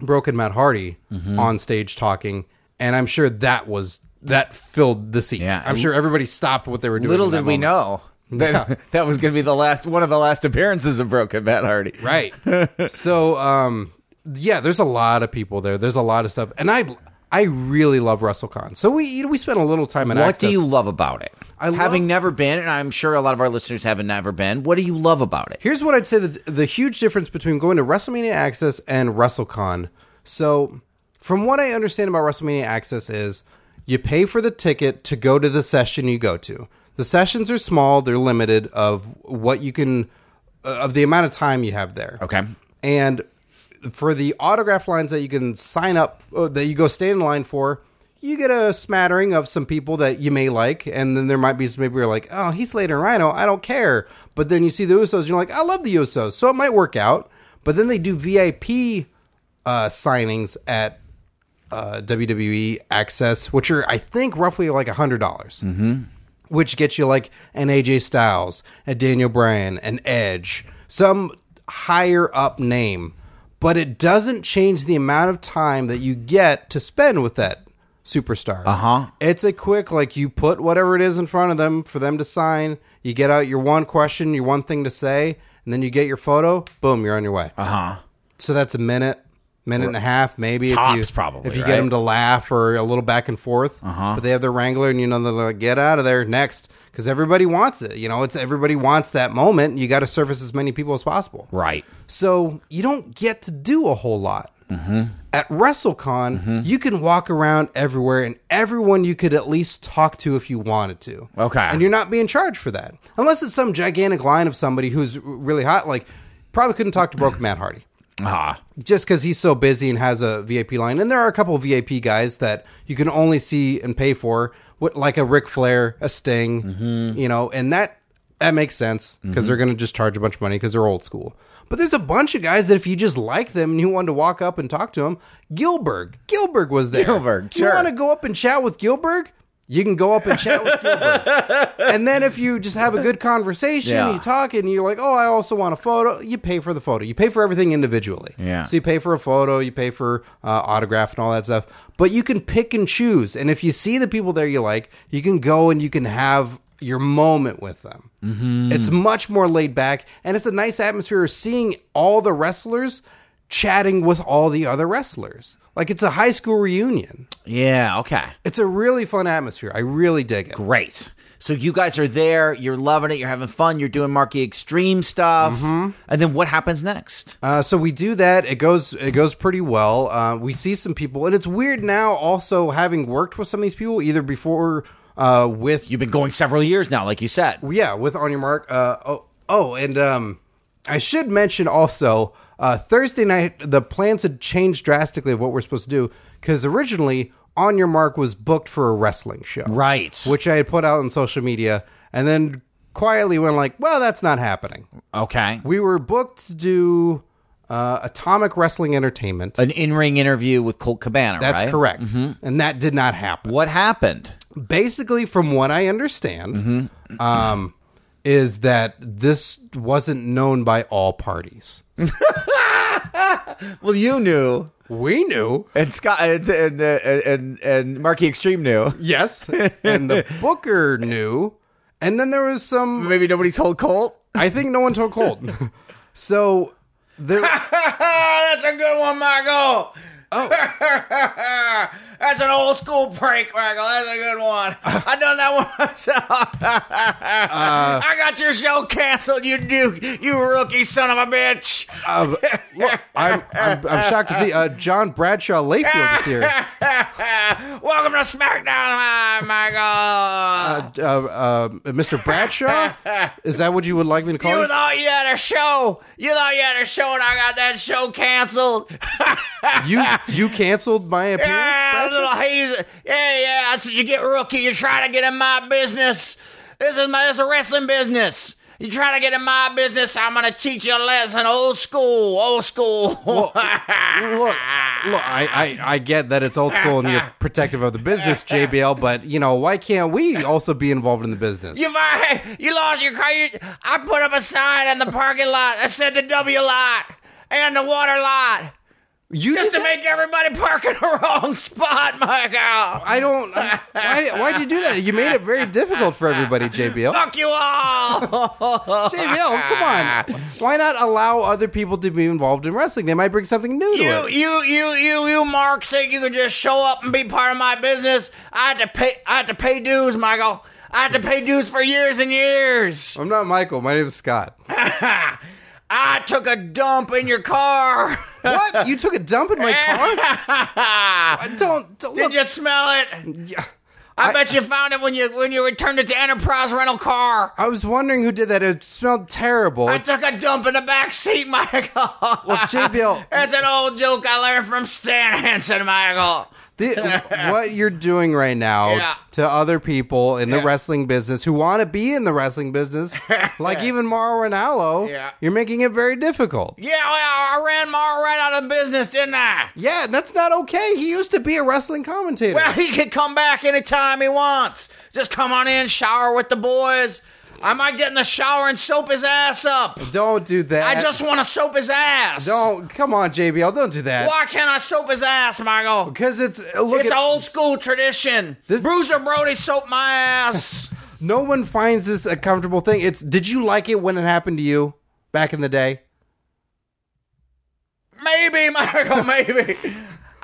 A: Broken Matt Hardy
B: Mm-hmm.
A: on stage talking, and I'm sure that was that filled the seats.
B: Yeah.
A: I'm sure everybody stopped what they were doing.
B: Little
A: in that
B: did we
A: moment.
B: know that (laughs) that was going to be the last one of the last appearances of Broken Matt Hardy.
A: Right. so, um, yeah, there's a lot of people there. There's a lot of stuff, and I. I really love WrestleCon, so we you know, we spent a little time at
B: What
A: Access.
B: do you love about it?
A: I love-
B: Having never been, and I'm sure a lot of our listeners haven't never been. What do you love about it?
A: Here's what I'd say the, the huge difference between going to WrestleMania Access and WrestleCon. So, from what I understand about WrestleMania Access is you pay for the ticket to go to the session you go to. The sessions are small, they're limited of what you can uh, of the amount of time you have there.
B: Okay.
A: And for the autograph lines that you can sign up, uh, that you go stand in line for, you get a smattering of some people that you may like. And then there might be some people you're like, oh, he's Slater and Rhino. I don't care. But then you see the Usos, and you're like, I love the Usos. So it might work out. But then they do VIP uh, signings at uh, WWE Access, which are, I think, roughly like $100. dollars which gets you like an AJ Styles, a Daniel Bryan, an Edge, some higher up name, but it doesn't change the amount of time that you get to spend with that superstar. Uh
B: Uh-huh.
A: huh. It's a quick, like, you put whatever it is in front of them for them to sign, you get out your one question, your one thing to say, and then you get your photo, boom, you're on your way. Uh huh. So that's a minute. Minute and a half, maybe if
B: Uh-huh. Tops,
A: you
B: probably,
A: if you get
B: right?
A: them to laugh or a little back and forth. But they have their wrangler, and you know they're like, "Get out of there next," because everybody wants it. You know, it's everybody wants that moment. and You got to service as many people as possible.
B: Right.
A: So you don't get to do a whole lot. At WrestleCon, you can walk around everywhere, and everyone you could at least talk to if you wanted to.
B: Okay.
A: and you're not being charged for that, unless it's some gigantic line of somebody who's r- really hot. Like, probably couldn't talk to Broken Matt Hardy
B: Ah.
A: just because he's so busy and has a VIP line. And there are a couple of VIP guys that you can only see and pay for, what- like a Ric Flair, a Sting,
B: Mm-hmm.
A: you know, and that that makes sense because they're going to just charge a bunch of money because they're old school. But there's a bunch of guys that if you just like them and you wanted to walk up and talk to them, Gilbert, Gilbert was there.
B: Gilbert,
A: You
B: sure.
A: want to go up and chat with Gilbert? You can go up and chat with Gilbert.
B: (laughs)
A: and then if you just have a good conversation,
B: Yeah.
A: you talk and you're like, oh, I also want a photo. You pay for the photo. You pay for everything individually.
B: Yeah.
A: So you pay for a photo, you pay for uh, autograph and all that stuff. But you can pick and choose. And if you see the people there you like, you can go and you can have your moment with them. Mm-hmm. It's much more laid back, and it's a nice atmosphere of seeing all the wrestlers chatting with all the other wrestlers. Like it's a high school reunion.
B: Yeah. Okay.
A: It's a really fun atmosphere. I really dig it.
B: Great. So you guys are there. You're loving it. You're having fun. You're doing Marky Extreme stuff. And then what happens next?
A: Uh, so we do that. It goes it goes pretty well. Uh, we see some people, and it's weird now. Also, having worked with some of these people, either before uh, with
B: You've been going several years now, like you said.
A: yeah, with on your mark. Uh, oh, oh, and um, I should mention also uh, Thursday night the plans had changed drastically of what we're supposed to do because originally on your mark was booked for a wrestling show,
B: Right.
A: Which I had put out on social media, and then quietly went like, "Well, that's not happening."
B: Okay.
A: We were booked to do uh, Atomic Wrestling Entertainment.
B: An in-ring interview with Colt Cabana.
A: That's
B: right? Mm-hmm.
A: correct, and that did not happen.
B: What happened?
A: basically from what i understand
B: Mm-hmm.
A: um is that this wasn't known by all parties
B: Well, you knew,
A: we knew
B: and Scott and and uh, and, and Marky Extreme knew.
A: yes and
B: (laughs)
A: the booker knew and then there was some
B: Maybe nobody told Colt.
A: i think no one told colt (laughs) so there
B: Oh, That's a good one, Michael. Oh. (laughs) That's an old school prank, Michael. That's a good one. I done that one myself. (laughs) I got your show canceled, you dude, you rookie son of a bitch. (laughs)
A: uh, look, I'm, I'm i'm shocked to see uh john bradshaw layfield is here
B: Welcome to SmackDown Live, Michael.
A: uh, uh, mr bradshaw is that what you would like me to call
B: you
A: you
B: thought you had a show. You thought you had a show, and I got that show canceled.
A: you you canceled my appearance
B: Yeah,
A: Bradshaw?
B: Ah, little haze. Yeah, yeah. I said, you get rookie. You're trying to get in my business. This is my this is a wrestling business. You trying to get in my business? I'm gonna teach you a lesson, old school, old school.
A: look, look, I, I, I get that it's old school and
B: (laughs)
A: you're protective of the business, JBL, but you know, why can't we also be involved in the business?
B: (laughs) You fi- you lost your car. You, I put up a sign in the parking lot. I said the W lot and the water lot
A: You
B: just
A: did
B: to
A: that?
B: make everybody park in the (laughs) wrong spot, Michael.
A: I don't. I- Why, why'd you do that? You made it very difficult for everybody,
B: (laughs)
A: JBL.
B: Fuck you all.
A: JBL, come on. Why not allow other people to be involved in wrestling? They might bring something new to
B: You,
A: it.
B: you, you, you, you, Mark said you could just show up and be part of my business. I had to pay, I had to pay dues, Michael. I had to pay dues for years and years.
A: I'm not Michael. My name is Scott.
B: I took a dump in your car. (laughs)
A: What? You took a dump in my car?
B: (laughs)
A: I don't. don't
B: Did
A: look.
B: you smell it?
A: Yeah.
B: I, bet you found it when you when you returned it to Enterprise Rental Car.
A: I was wondering who did that. It smelled terrible.
B: I took a dump in the back seat, (laughs) Michael.
A: Well, JBL,
B: That's an old joke I learned from Stan Hansen, Michael. (laughs)
A: the, what you're doing right now
B: Yeah.
A: to other people in the
B: Yeah.
A: wrestling business who want to be in the wrestling
B: (laughs)
A: business, like even Mauro Ranallo,
B: Yeah.
A: you're making it very difficult.
B: Yeah, well, I ran Mar right out of business, didn't I?
A: Yeah, that's not okay. He used to be a wrestling commentator.
B: Well, (laughs) he can come back anytime he wants. Just come on in, shower with the boys. I might get in the shower and soap his ass up.
A: (laughs) don't do that.
B: I just want to soap his ass.
A: don't. Come on, JBL. Don't do that.
B: Why can't I soap his ass, Michael?
A: Because it's uh, look.
B: It's
A: at,
B: old school tradition.
A: This-
B: Bruiser Brody soaped my
A: (laughs)
B: ass.
A: no one finds this a comfortable thing. It's. Did you like it when it happened to you back in the day?
B: maybe, Michael, maybe.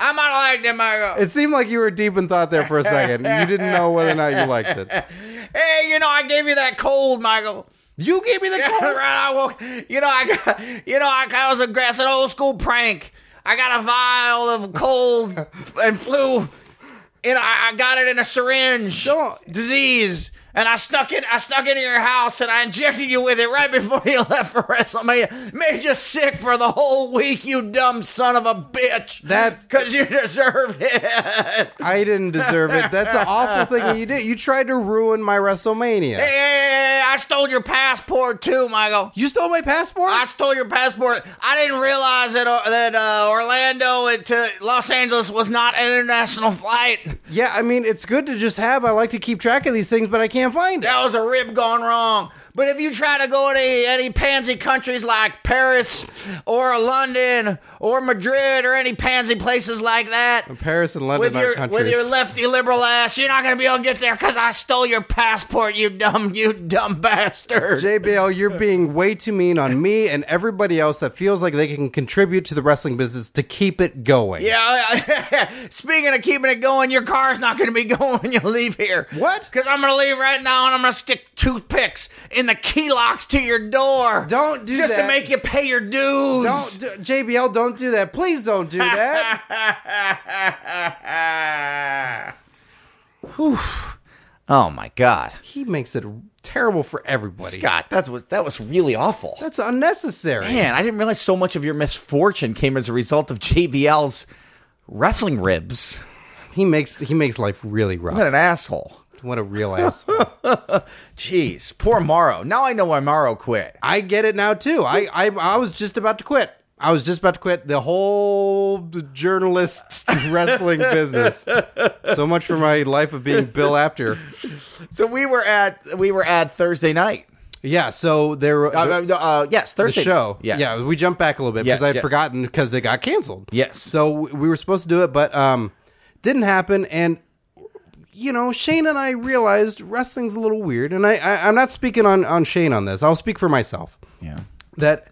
B: I might like it, Michael.
A: It seemed like you were deep in thought there for a second. you didn't know whether or not you liked
B: (laughs)
A: it.
B: Hey, you know, I gave you that cold, Michael.
A: You gave me the
B: Yeah,
A: call.
B: (laughs) right. I woke. You know, I got. You know, I, I was a grass an old school prank. I got a vial of cold and flu. You know, I, I got it in a syringe.
A: Don't-
B: Disease. And I stuck it. I stuck it in your house, and I injected you with it right before you (laughs) left for WrestleMania. Made you sick for the whole week, you dumb son of a bitch.
A: That's-
B: because you deserved it. (laughs)
A: I didn't deserve it. That's an awful thing that you did. You tried to ruin my WrestleMania.
B: Hey, I stole your passport too, Michael.
A: You stole my passport.
B: I stole your passport. I didn't realize that uh, that uh, Orlando to Los Angeles was not an international flight.
A: yeah, I mean it's good to just have. I like to keep track of these things, but I can't find it.
B: That was a rib gone wrong. But if you try to go to any pansy countries like Paris or London or Madrid or any pansy places like that,
A: Paris and London
B: with
A: are
B: your
A: countries.
B: with your lefty liberal ass, you're not gonna be able to get there because I stole your passport, you dumb you dumb (laughs) bastard.
A: JBL, you're being way too mean on me and everybody else that feels like they can contribute to the wrestling business to keep it going.
B: Yeah. (laughs) Speaking of keeping it going, your car's not going to be (laughs) going when you leave here.
A: What?
B: Because I'm going to leave right now and I'm going to stick toothpicks in the key locks to your door.
A: Don't do
B: just
A: that.
B: to make you pay your dues.
A: Don't
B: (laughs)
A: do, JBL, don't do that. Please don't do that.
B: Oh my God,
A: he makes it terrible for everybody.
B: Scott, that was that was really awful.
A: That's unnecessary.
B: Man, I didn't realize so much of your misfortune came as a result of JBL's wrestling ribs.
A: He makes he makes life really rough.
B: What an asshole.
A: What a real asshole.
B: Jeez, poor Morrow. Now I know why Morrow quit.
A: I get it now too. I, I I was just about to quit. I was just about to quit the whole journalist (laughs) wrestling business. So much for my life of being Bill Apter.
B: So we were at we were at Thursday night.
A: Yeah. So there,
B: Uh, uh, uh, yes,
A: the
B: Thursday
A: show.
B: Yes.
A: Yeah, we jumped back a little bit because
B: Yes,
A: I'd
B: yes.
A: forgotten because it got canceled.
B: Yes.
A: So we we were supposed to do it, but um, didn't happen. And you know, Shane and I realized wrestling's a little weird. And I, I I'm not speaking on on Shane on this. I'll speak for myself.
B: yeah.
A: That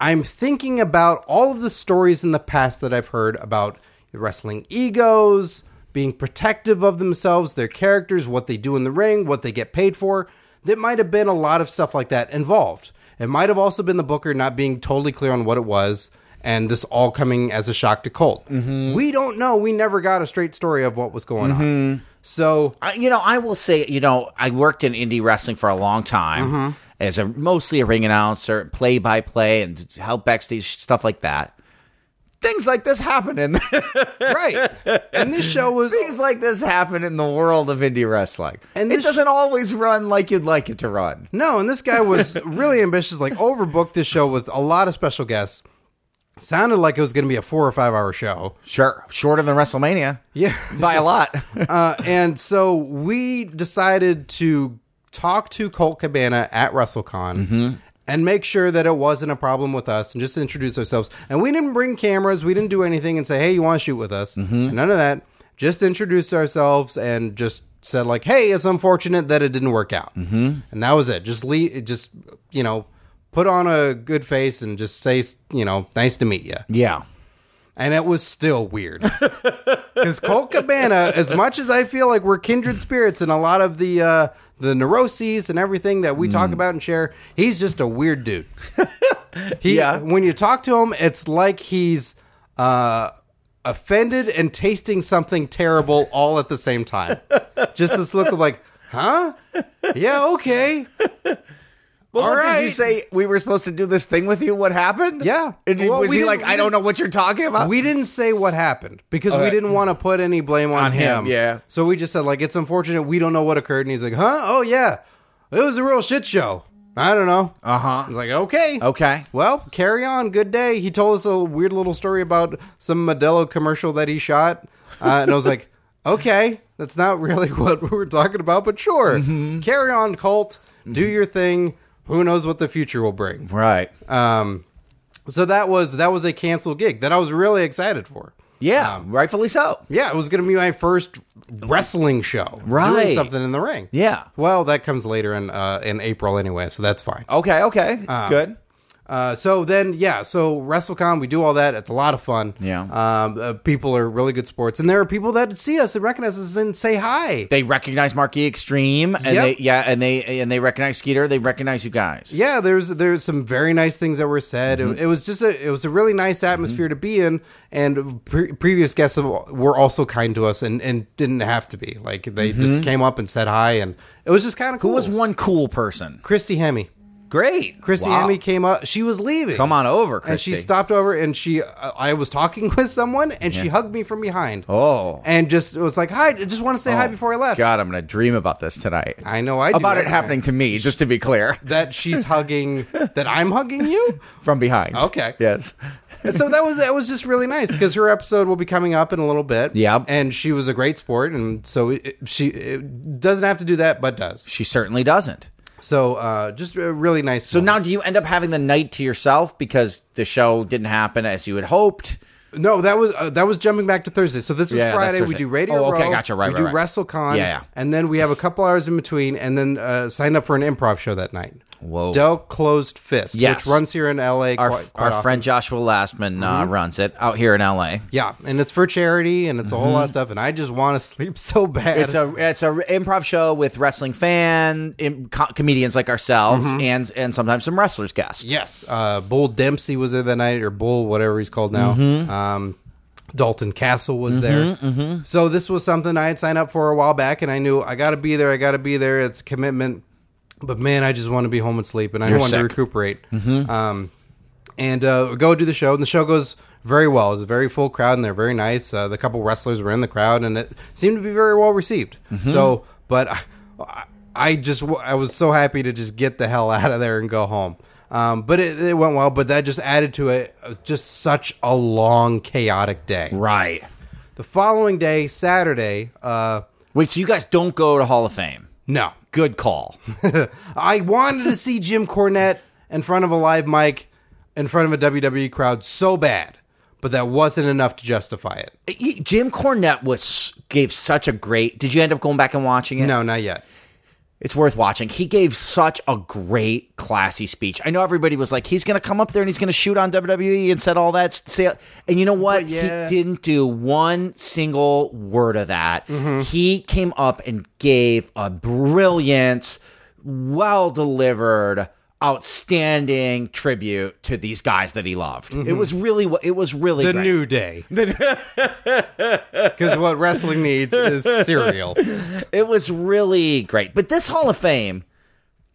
A: I'm thinking about all of the stories in the past that I've heard about wrestling egos being protective of themselves, their characters, what they do in the ring, what they get paid for. There might have been a lot of stuff like that involved. It might have also been the Booker not being totally clear on what it was, and this all coming as a shock to Colt. We don't know. We never got a straight story of what was going on. So
B: I, you know, I will say, you know, I worked in indie wrestling for a long time as a mostly a ring announcer, play by play, and help backstage stuff like that. things like this happen in (laughs)
A: right. And this show was
B: things like this happen in the world of indie wrestling.
A: And
B: And it
A: this-
B: doesn't always run like you'd like it to run.
A: No, and this guy was really ambitious, like overbooked this show with a lot of special guests. Sounded like it was going to be a four or five hour show.
B: Sure, shorter than WrestleMania.
A: Yeah.
B: by a lot.
A: Uh, and so we decided to talk to Colt Cabana at WrestleCon and make sure that it wasn't a problem with us and just introduce ourselves. And we didn't bring cameras, we didn't do anything and say, hey, you want to shoot with us? And none of that. Just introduced ourselves and just said, like, hey, it's unfortunate that it didn't work out. Mm-hmm. And that was it. Just, le- just, you know, put on a good face and just say, you know, nice to meet you
B: yeah.
A: and it was still weird. (laughs) Because Colt Cabana, as much as I feel like we're kindred spirits in a lot of the uh, the neuroses and everything that we
B: Mm.
A: talk about and share, he's just a weird
B: (laughs)
A: dude. he,
B: Yeah.
A: When you talk to him, it's like he's uh, offended and tasting something terrible all at the same time. just this look of like, huh? Yeah, okay.
B: (laughs) Well,
A: All
B: what did you
A: right.
B: say we were supposed to do this thing with you? What happened?
A: Yeah.
B: And
A: Well,
B: was
A: we
B: he
A: didn't-
B: like,
A: we
B: I don't
A: didn't-
B: know what you're talking about?
A: We didn't say what happened because we
B: Okay.
A: didn't want to put any blame on, him.
B: him, yeah.
A: So we just said like it's unfortunate we don't know what occurred, and he's like, "Huh? Oh yeah, it was a real shit show. I don't know."
B: uh
A: I
B: huh.
A: was like, "Okay,
B: Okay.
A: well, carry on. Good day." He told us a weird little story about some Modelo commercial that he shot, uh, and I was like, (laughs) "Okay, that's not really (laughs) what we were talking about, but sure, carry on, Colt. Do your thing. Who knows what the future will bring."
B: Right.
A: Um, so that was that was a canceled gig that I was really excited for.
B: yeah. rightfully so.
A: Yeah, it was going to be my first wrestling show,
B: Right.
A: Doing something in the ring.
B: Yeah.
A: Well, that comes later in uh, in April anyway, so that's fine.
B: Okay. Okay. Good.
A: Uh, so then, yeah, so WrestleCon, we do all that. It's a lot of fun.
B: Yeah.
A: Um, uh, people are really good sports, and there are people that see us and recognize us and say hi.
B: They recognize Marquee Extreme, and
A: Yep.
B: they yeah, and they and they recognize Skeeter. They recognize you guys.
A: yeah, there's there's some very nice things that were said.
B: Mm-hmm.
A: It, it was just a it was a really nice atmosphere to be in, and pre- previous guests were also kind to us and and didn't have to be like they just came up and said hi, and it was just kind of cool.
B: Mm-hmm. Who was one cool person?
A: Christy Hemme.
B: Great.
A: Christy
B: Wow.
A: Hemme came up. She was leaving.
B: Come on over,
A: And
B: Christy.
A: she stopped over and she, uh, I was talking (laughs) with someone and she hugged me from behind.
B: Oh.
A: And just was like, hi, I just want to say hi before I left.
B: God, I'm gonna dream about this tonight.
A: I know I do
B: about it
A: every
B: happening to me, just to be clear,
A: night. That she's hugging,
B: (laughs)
A: that I'm hugging you?
B: from behind.
A: Okay.
B: Yes.
A: And so that was that was just really nice because her episode will be coming up in a little bit.
B: Yep.
A: and she was a great sport, and so it, it- she it doesn't have to do that, but does.
B: She certainly doesn't.
A: So uh, just a really nice.
B: So now, do you end up having the night to yourself because the show didn't happen as you had hoped?
A: No, that was uh, that was jumping back to Thursday. So this was
B: Yeah, that's
A: Friday. We
B: Thursday.
A: do Radio
B: Oh, okay,
A: Row.
B: gotcha. Right,
A: we
B: right,
A: do
B: right.
A: WrestleCon.
B: Yeah, yeah.
A: and then we have a couple hours in between, and then uh, sign up for an improv show that night.
B: Whoa.
A: Del Closed Fist,
B: Yes.
A: which runs here in L.A.
B: Our
A: quite, quite
B: our
A: often. Mm-hmm.
B: friend Joshua Lastman uh, runs it out here in L.A.
A: Yeah, and it's for charity, and it's a whole lot of stuff. And I just want to (laughs) sleep so bad.
B: Mm-hmm. It's a it's a improv show with wrestling fan im- co- comedians like ourselves
A: Mm-hmm.
B: and and sometimes some wrestlers guests.
A: Yes, uh, Bull Dempsey was there that night, or Bull, whatever he's called now. Um, Dalton Castle was there. So this was something I had signed up for a while back, and I knew I got to be there. I got to be there. It's a commitment. But man, I just want to be home and sleep, and I want to
B: sick.
A: recuperate. Um, and uh, go do the show, and the show goes very well. It's a very full crowd, and they're very nice. Uh, the couple wrestlers were in the crowd, and it seemed to be very well received. So, but I- I, I just w- I was so happy to just get the hell (laughs) out of there and go home. Um, but it, it went well. But that just added to it, uh, just such a long, chaotic day.
B: Right.
A: The following day, Saturday, uh,
B: Wait. So you guys don't go to Hall of Fame?
A: no, (laughs)
B: Good call.
A: I wanted to see Jim Cornette in front of a live mic, in front of a WWE crowd so bad, but that wasn't enough to justify it.
B: Y- Jim Cornette was gave such a great. Did you end up going back and watching it?
A: No, not yet.
B: It's worth watching. He gave such a great, classy speech. I know everybody was like, he's going to come up there and he's going to shoot on WWE and said all that. s- Say, and you know what?
A: yeah.
B: He didn't do one single word of that.
A: Mm-hmm.
B: He came up and gave a brilliant, well delivered, outstanding tribute to these guys that he loved. It was really, wa- it was really
A: Mm-hmm. The
B: great.
A: new day. (laughs) Because what wrestling needs is cereal.
B: It was really great. But this Hall of Fame.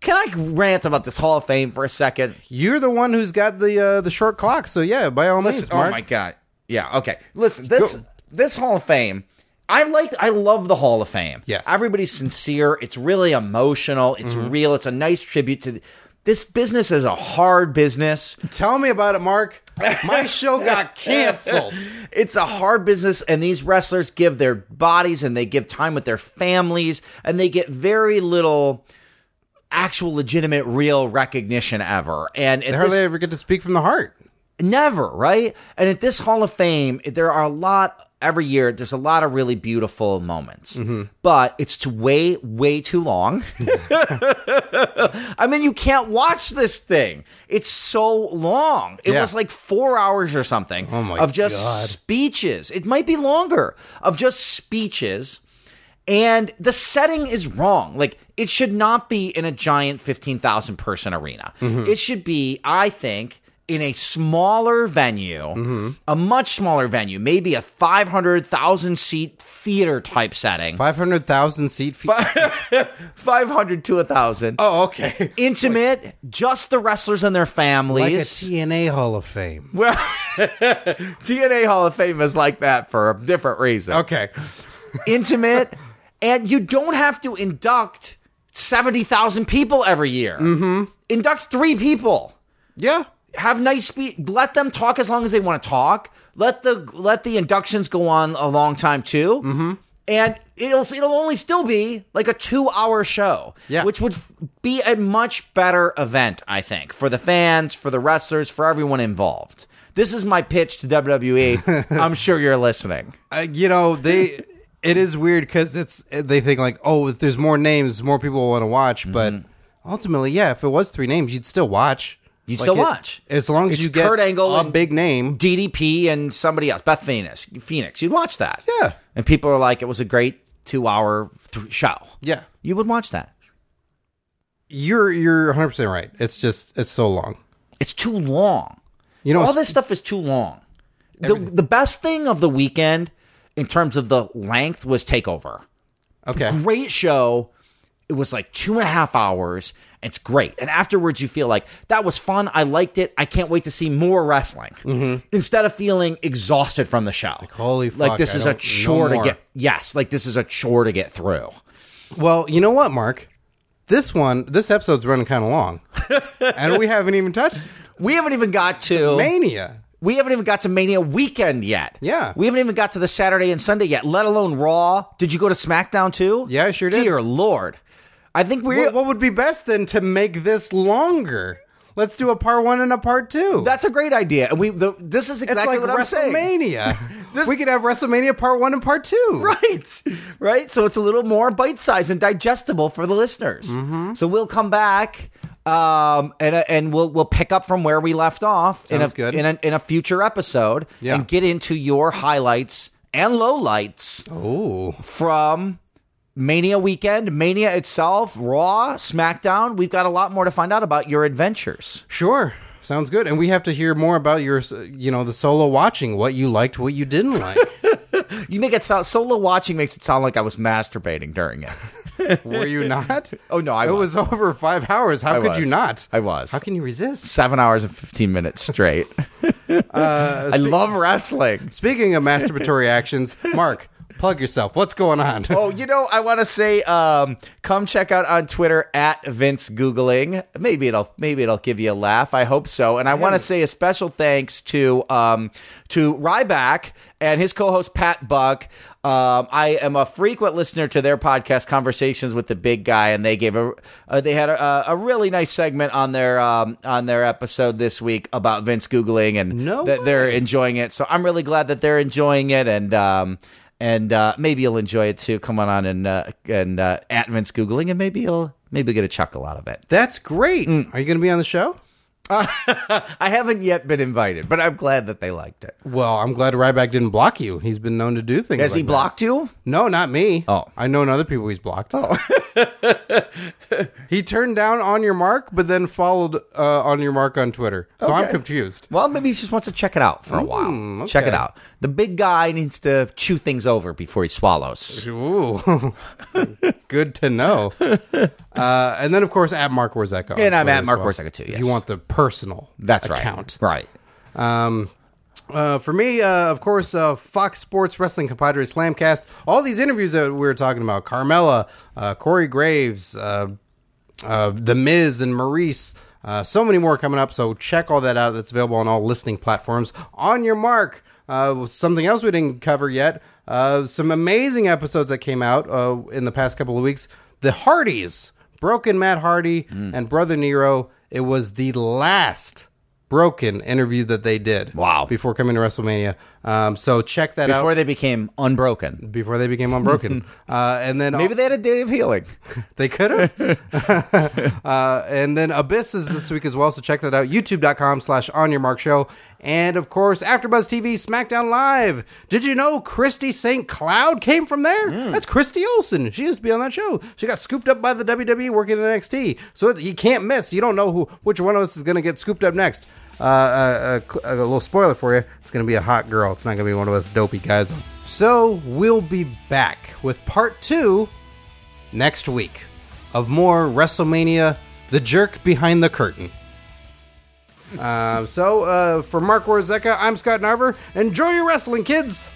B: Can I rant about this Hall of Fame for a second?
A: You're the one who's got the uh, the short clock, so yeah, by all means,
B: Oh
A: Mark.
B: my god. Yeah. Okay. Listen, this
A: Go-
B: this Hall of Fame, I like. I love the Hall of Fame.
A: Yes. Mm-hmm.
B: Everybody's sincere. It's really emotional. It's real. It's a nice tribute to. The, this business is a hard business.
A: (laughs) Tell me about it, (laughs) Mark. My show got canceled.
B: It's a hard business, and these wrestlers give their bodies and they give time with their families, and they get very little actual, legitimate, real recognition ever. And at
A: They hardly
B: this-
A: ever get to speak from the heart.
B: Never, right? And at this Hall of Fame, there are a lot every year. There's a lot of really beautiful moments, but it's to way, way too long. I mean, you can't watch this thing. It's so long. It
A: Yeah.
B: was like four hours or something
A: my
B: of just
A: God.
B: speeches. It might be longer of just speeches. And the setting is wrong. Like, it should not be in a giant 15,000 person arena. It should be, I think, in a smaller venue, a much smaller venue, maybe a 500,000 seat theater type setting.
A: 500,000 seat feet.
B: 500 to 1,000.
A: (laughs) oh, okay.
B: Intimate, just the wrestlers and their families.
A: Like a TNA Hall of Fame.
B: Well, TNA Hall of Fame is like that for a different reason.
A: Okay.
B: Intimate, and you don't have to induct 70,000 people every year. Mm-hmm. Induct three people.
A: Yeah.
B: Have nice speech. Let them talk as long as they want to talk. Let the let the inductions go on a long time too. Mm-hmm. And it'll it'll only still be like a two hour show,
A: Yeah.
B: which would f- be a much better event, I think, for the fans, for the wrestlers, for everyone involved. This is my pitch to (laughs) WWE. I'm sure you're listening.
A: Uh, you know,
B: (laughs)
A: they. It is weird because it's they think like, oh, if there's more names, more people will want to watch. But ultimately, yeah, if it was three names, you'd still watch.
B: Mm-hmm. You'd
A: Like
B: still
A: it-
B: watch.
A: as long as
B: It's
A: you get
B: Kurt Angle
A: a
B: and-
A: big name.
B: DDP and somebody else, Beth Phoenix, Phoenix. You'd watch that.
A: Yeah.
B: And people are like, it was a great two hour th- show.
A: Yeah,
B: You would watch that.
A: you're you're 100 percent right. It's just it's so long.
B: It's too long.
A: You know,
B: All
A: it's-
B: this stuff is too long. The, the best thing of the weekend in terms of the length was TakeOver.
A: Okay,
B: Great show. It was like two and a half hours. It's great. And afterwards, you feel like that was fun. I liked it. I can't wait to see more wrestling instead of feeling exhausted from the show. Like,
A: Mm-hmm. holy
B: Like,
A: fuck,
B: this
A: I
B: is
A: don't
B: a
A: know
B: chore to
A: more.
B: get. Yes. Like, this is a chore to get through.
A: Well, you know what, Mark? This one, this episode's running kind of
B: (laughs)
A: long, and we haven't even touched
B: We haven't even got to.
A: Mania.
B: We haven't even got to Mania weekend yet.
A: Yeah.
B: We haven't even got to the Saturday and Sunday yet, let alone Raw. Did you go to SmackDown too?
A: Yeah, I sure did.
B: Dear Lord. I think we're.
A: What, what would be best then to make this longer? Let's do a part one and a part two.
B: that's a great idea. And we the, this is
A: it's
B: exactly
A: like
B: what I'm saying.
A: WrestleMania. (laughs) we could have WrestleMania part one and part two.
B: Right. Right. So it's a little more bite-sized and digestible for the listeners.
A: Mm-hmm.
B: So we'll come back um, and uh, and we'll we'll pick up from where we left off in a,
A: Sounds good.
B: in a in a future episode
A: Yeah.
B: and get into your highlights and lowlights
A: Oh,
B: from Mania weekend, Mania itself, Raw, SmackDown. We've got a lot more to find out about your adventures.
A: sure. Sounds good. And we have to hear more about your, you know, the solo watching, what you liked, what you didn't (laughs) like.
B: You make it sound solo watching makes it sound like I was masturbating during it.
A: Were you not?
B: Oh no,
A: (laughs)
B: I
A: It
B: was
A: was over five hours. How could
B: was.
A: you not?
B: I was.
A: How can you resist?
B: seven hours and fifteen minutes (laughs) straight. I love wrestling.
A: Speaking of (laughs) masturbatory actions, Mark, plug yourself. What's going on?
B: Oh, you know, I want to say, um, come check out on Twitter at Vince Googling. Maybe it'll maybe it'll give you a laugh. I hope so. And I want to say a special thanks to um, to Ryback and his co-host Pat Buck. Um, I am a frequent listener to their podcast, Conversations with the Big Guy, and they gave a uh, they had a, a really nice segment on their um, on their episode this week about Vince Googling and
A: No
B: that they're enjoying it. So I'm really glad that they're enjoying it, and um, and uh, maybe you'll enjoy it too. Come on on and uh, and uh, at Vince googling, and maybe you'll maybe you'll get a chuckle out of it.
A: That's great. Are you going to be on the show?
B: I haven't yet been invited, but I'm glad that they liked it.
A: Well, I'm glad Ryback didn't block you. He's been known to do things.
B: Has
A: like
B: he
A: that.
B: blocked you?
A: No, not me.
B: Oh.
A: I know other people he's blocked. Oh. (laughs) he turned down on your mark, but then followed uh, on your mark on Twitter. So I'm
B: Okay.
A: confused.
B: Well, maybe he just wants to check it out for a while. Check
A: Mm,
B: it
A: okay.
B: out. The big guy needs to chew things over before he swallows.
A: Ooh, (laughs) good to know. Uh, and then, of course, at Mark Warzeko. on
B: And I'm
A: Twitter
B: at
A: as
B: Mark Warzeko too,
A: If
B: yes.
A: You want the personal
B: That's right.
A: account.
B: Right.
A: Um, Uh, for me, uh, of course, uh, Fox Sports Wrestling Compadre Slamcast. All these interviews that we were talking about Carmella, uh, Corey Graves, uh, uh, The Miz, and Maurice. Uh, so many more coming up. So check all that out. That's available on all listening platforms. On your mark. Uh, something else we didn't cover yet. Uh, some amazing episodes that came out uh, in the past couple of weeks. The Hardys, Broken Matt Hardy, and Brother Nero. It was the last Broken interview that they did.
B: Wow.
A: Before coming to WrestleMania. Um, so check that
C: Before
A: out
C: they became unbroken.
A: before they became
B: (laughs)
A: unbroken. uh, and then
B: Maybe they had a day of healing.
A: they could have. (laughs) uh, and then Abyss is this week as well, so check that out. YouTube.com slash on your mark show. And of course, AfterBuzz TV SmackDown Live. Did you know Christy St. Cloud came from there? That's Christy Olsen. She used to be on that show. She got scooped up by the WWE working in NXT. So it- you can't miss. You don't know who which one of us is going to get scooped up next. Uh, uh, uh, cl- a little spoiler for you. It's going to be a hot girl. It's not going to be one of us dopey guys. So we'll be back with part two next week of more WrestleMania The Jerk Behind the Curtain. Uh, so, uh, for Mark Warzeka, I'm Scott Narver. Enjoy your wrestling, kids!